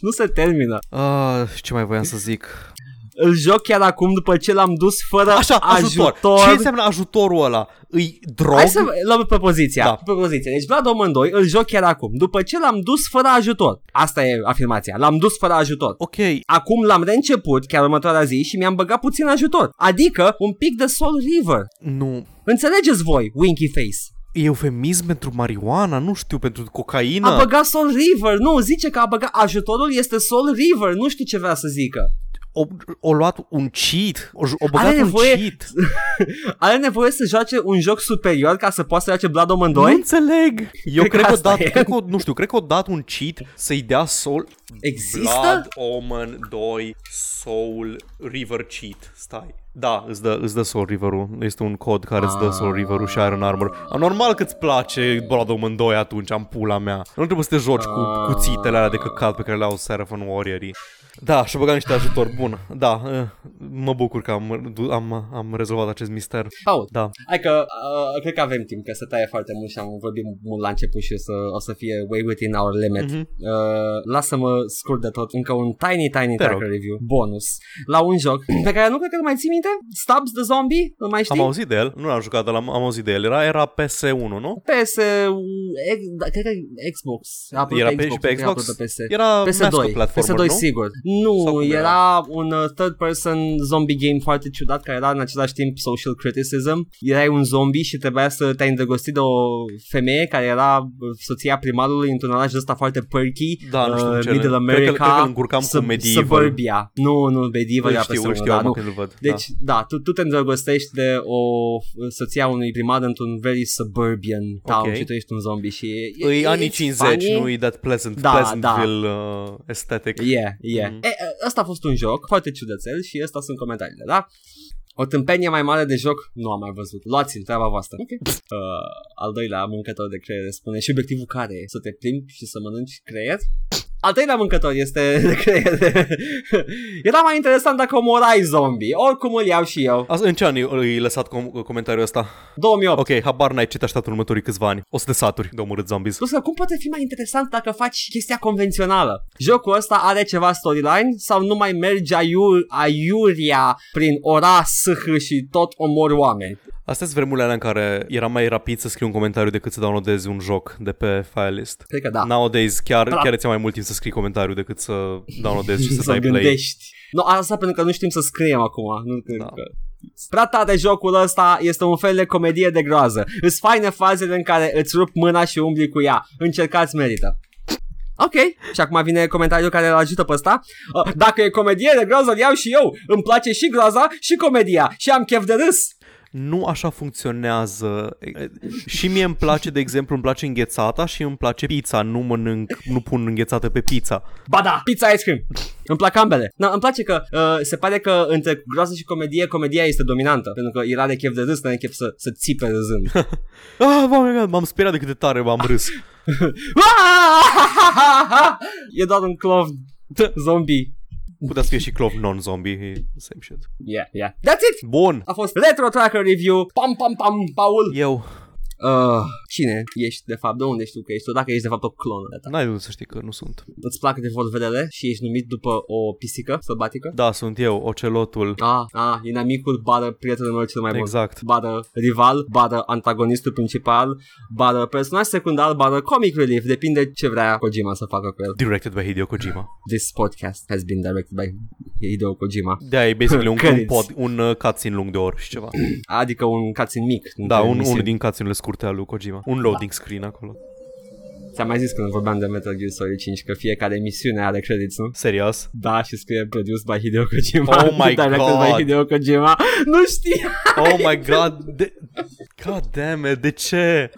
nu se termină. Ah, ce mai voiam să zic? Îl joc chiar acum după ce l-am dus fără Așa, ajutor. ajutor. ajutor. Ce înseamnă ajutorul ăla? Îi drog? Hai să luăm propoziția. Da. Da. propoziția. Deci Vlad Omen 2 îl joc chiar acum. După ce l-am dus fără ajutor. Asta e afirmația. L-am dus fără ajutor. Ok, Acum l-am reînceput chiar următoarea zi și mi-am băgat puțin ajutor. Adică un pic de Soul River. nu. Înțelegeți voi, Winky Face. E eufemism pentru marijuana, nu știu, pentru cocaină. A băgat Soul River. Nu, zice că a băgat ajutorul este Soul River. Nu știu ce vrea să zică. o, o luat un cheat, o, o băgat Are un nevoie- cheat. Are nevoie să joace un joc superior ca să poată să joace Blood Omen Nu 2? înțeleg. Eu Cred cred că că, o asta dat, e. cred că, o- nu știu, cred că o dat un cheat să-i dea Soul Există? Blood Omen 2 Soul River Cheat. Stai. Da, îți dă, îți dă Soul River-ul. Este un cod care îți dă Soul River-ul și Iron Armor. A, Normal că îți place Blood Omen 2 atunci, am pula mea. Nu trebuie să te joci Ah. cu cuțitele alea de căcat pe care le au Seraphon Warriorii. Da, și-a băgat niște ajutor. Bun, da, eh, mă bucur că am, am, am rezolvat acest mister. Paul, Da. Hai că uh, cred că avem timp, că se taie foarte mult și am vorbit mult la început și o să, o să fie way within our limit. Mhm. Mm-hmm. Uh, lasă-mă scurt de tot, încă un tiny, tiny Te rog. tracker review, bonus, la un joc pe care nu cred că îl mai ții minte, Stabs the Zombie, îl mai știi? Am auzit de el, nu l-am jucat, dar l-am am auzit de el. Era, era PS1, nu? PS, ex, da, cred că Xbox. a apărut Era pe pe- și pe cred că a apărut Xbox? pe PS. Era PS2, mascot platformer, PS2 nu? sigur. Sau Nu, cum era? era? un uh, third person zombie game foarte ciudat care era în același timp social criticism. Erai un zombie și trebuia să te-ai îndrăgostit de o femeie care era uh, soția primarului într-un oraș ăsta foarte perky, Da, nu știu uh, ce Middle era. Cred că- America, cred că îl încurcam cu sub- medieval. Suburbia. Nu, nu, medieval Îl era știu, PS1, îl știu, da, am nu. când îl văd. da. Deci, da, tu, tu te îndrăgostești de o uh, soția unui primar într-un very suburban town Ok. și tu ești un zombie și... e- Îi e- anii it's 50, funny. nu-i that Da, pleasant, da, Pleasantville da. da. Uh, aesthetic. Yeah, yeah. Mm. Mhm. E, ăsta a fost un joc foarte ciudățel și ăsta sunt comentariile, da? O tâmpenie mai mare de joc nu am mai văzut. Luați-l, treaba voastră. Okay. Uh, al doilea mâncător de creier spune și obiectivul care e? Să te plimbi și să mănânci creier? Al doilea mâncător este de creier. Era mai interesant dacă omorai zombie. Oricum îl iau și eu. Asta, în ce an i- îi lăsat com- comentariul ăsta? 2008. Ok, habar n-ai ce te așteaptă în următorii câțiva ani. O să te saturi de omorât zombies. Plus că cum poate fi mai interesant dacă faci chestia convențională? Jocul ăsta are ceva storyline sau nu mai merge aiur, aiuria prin ora SH și tot omori oameni? Astea sunt vremurile alea în care era mai rapid să scrii un comentariu decât să downloadezi un joc de pe Firelist. Cred că da. Nowadays chiar, Da. chiar îți ia mai mult timp să scrii comentariu decât să downloadezi și să să dai play. gândești. Nu, asta pentru că nu știm să scriem acum. Nu cred Da. că... Prea tare jocul ăsta este un fel de comedie de groază. Îți faine fazele în care îți rup mâna și umbli cu ea. Încercați merită. Ok, și acum vine comentariul care îl ajută pe ăsta. Uh, Dacă e comedie de groază, îl iau și eu. Îmi place și groaza și comedia și am chef de râs. Nu așa funcționează. E- e- Și mie îmi place, de exemplu, îmi place înghețata și îmi place pizza. Nu mănânc, nu pun înghețată pe pizza. Ba da, pizza ice cream. Îmi plac ambele. Na, îmi place că uh, se pare că între groază și comedie, comedia este dominantă. Pentru că el are chef de râs, nu are chef să, să țipe râzând. Ah, oh my God, m-am speriat de cât de tare m-am râs. e doar un clov zombie. Putea să fie și clov non-zombie, e same shit. Yeah, yeah. That's it! Bun, A fost Retro Tracker Review. Pam, pam, pam, Paul. eu Uh, cine ești de fapt? De unde știu că ești tu? Dacă ești de fapt o clonă de ta. N-ai de unde să știi că nu sunt. Îți plac revolverele și ești numit după o pisică sălbatică? Da, sunt eu, ocelotul. Ah, ah, inamicul bară prietenul meu cel mai bun. Exact. bară rival, bară antagonistul principal, bară personaj secundar, bară comic relief, depinde ce vrea Kojima să facă cu el. Directed by Hideo Kojima. This podcast has been directed by Hideo Kojima, Da, e basically un, un, Credits. pod, un uh, cutscene lung de oră și ceva. adică un cațin mic. Da, într-o un, emisiune. unul din cutscene-urile scurte ale lui Kojima. Un loading screen acolo. Ți-am mai zis când vorbeam de Metal Gear Solid 5 că fiecare emisiune are credits, nu? Serios? Da, și scrie produced by Hideo Kojima, Oh my directed God. by Hideo Kojima. Nu știam! Oh my god! De- god damn it, de ce?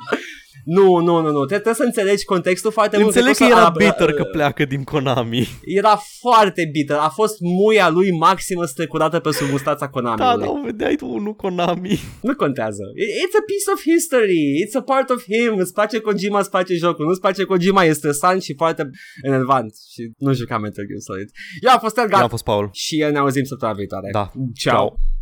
Nu, nu, nu, nu. Trebuie, trebuie să înțelegi contextul foarte mult. Înțeleg că poți să- era a, bitter a, că pleacă din Konami. Era foarte bitter. A fost muia lui maximă strecurată pe sub mustața Konami. Da, dar o vedeai tu, nu Konami. Nu contează. I- It's a piece of history. It's a part of him. Îți place Kojima, îți place jocul. Nu-ți place Kojima, e stresant și foarte enervant. Și nu jucam Metal Gear Solid. Eu am fost Eu am Edgar fost Paul. și ne auzim săptămâna viitoare. Da. Ciao. Ciao.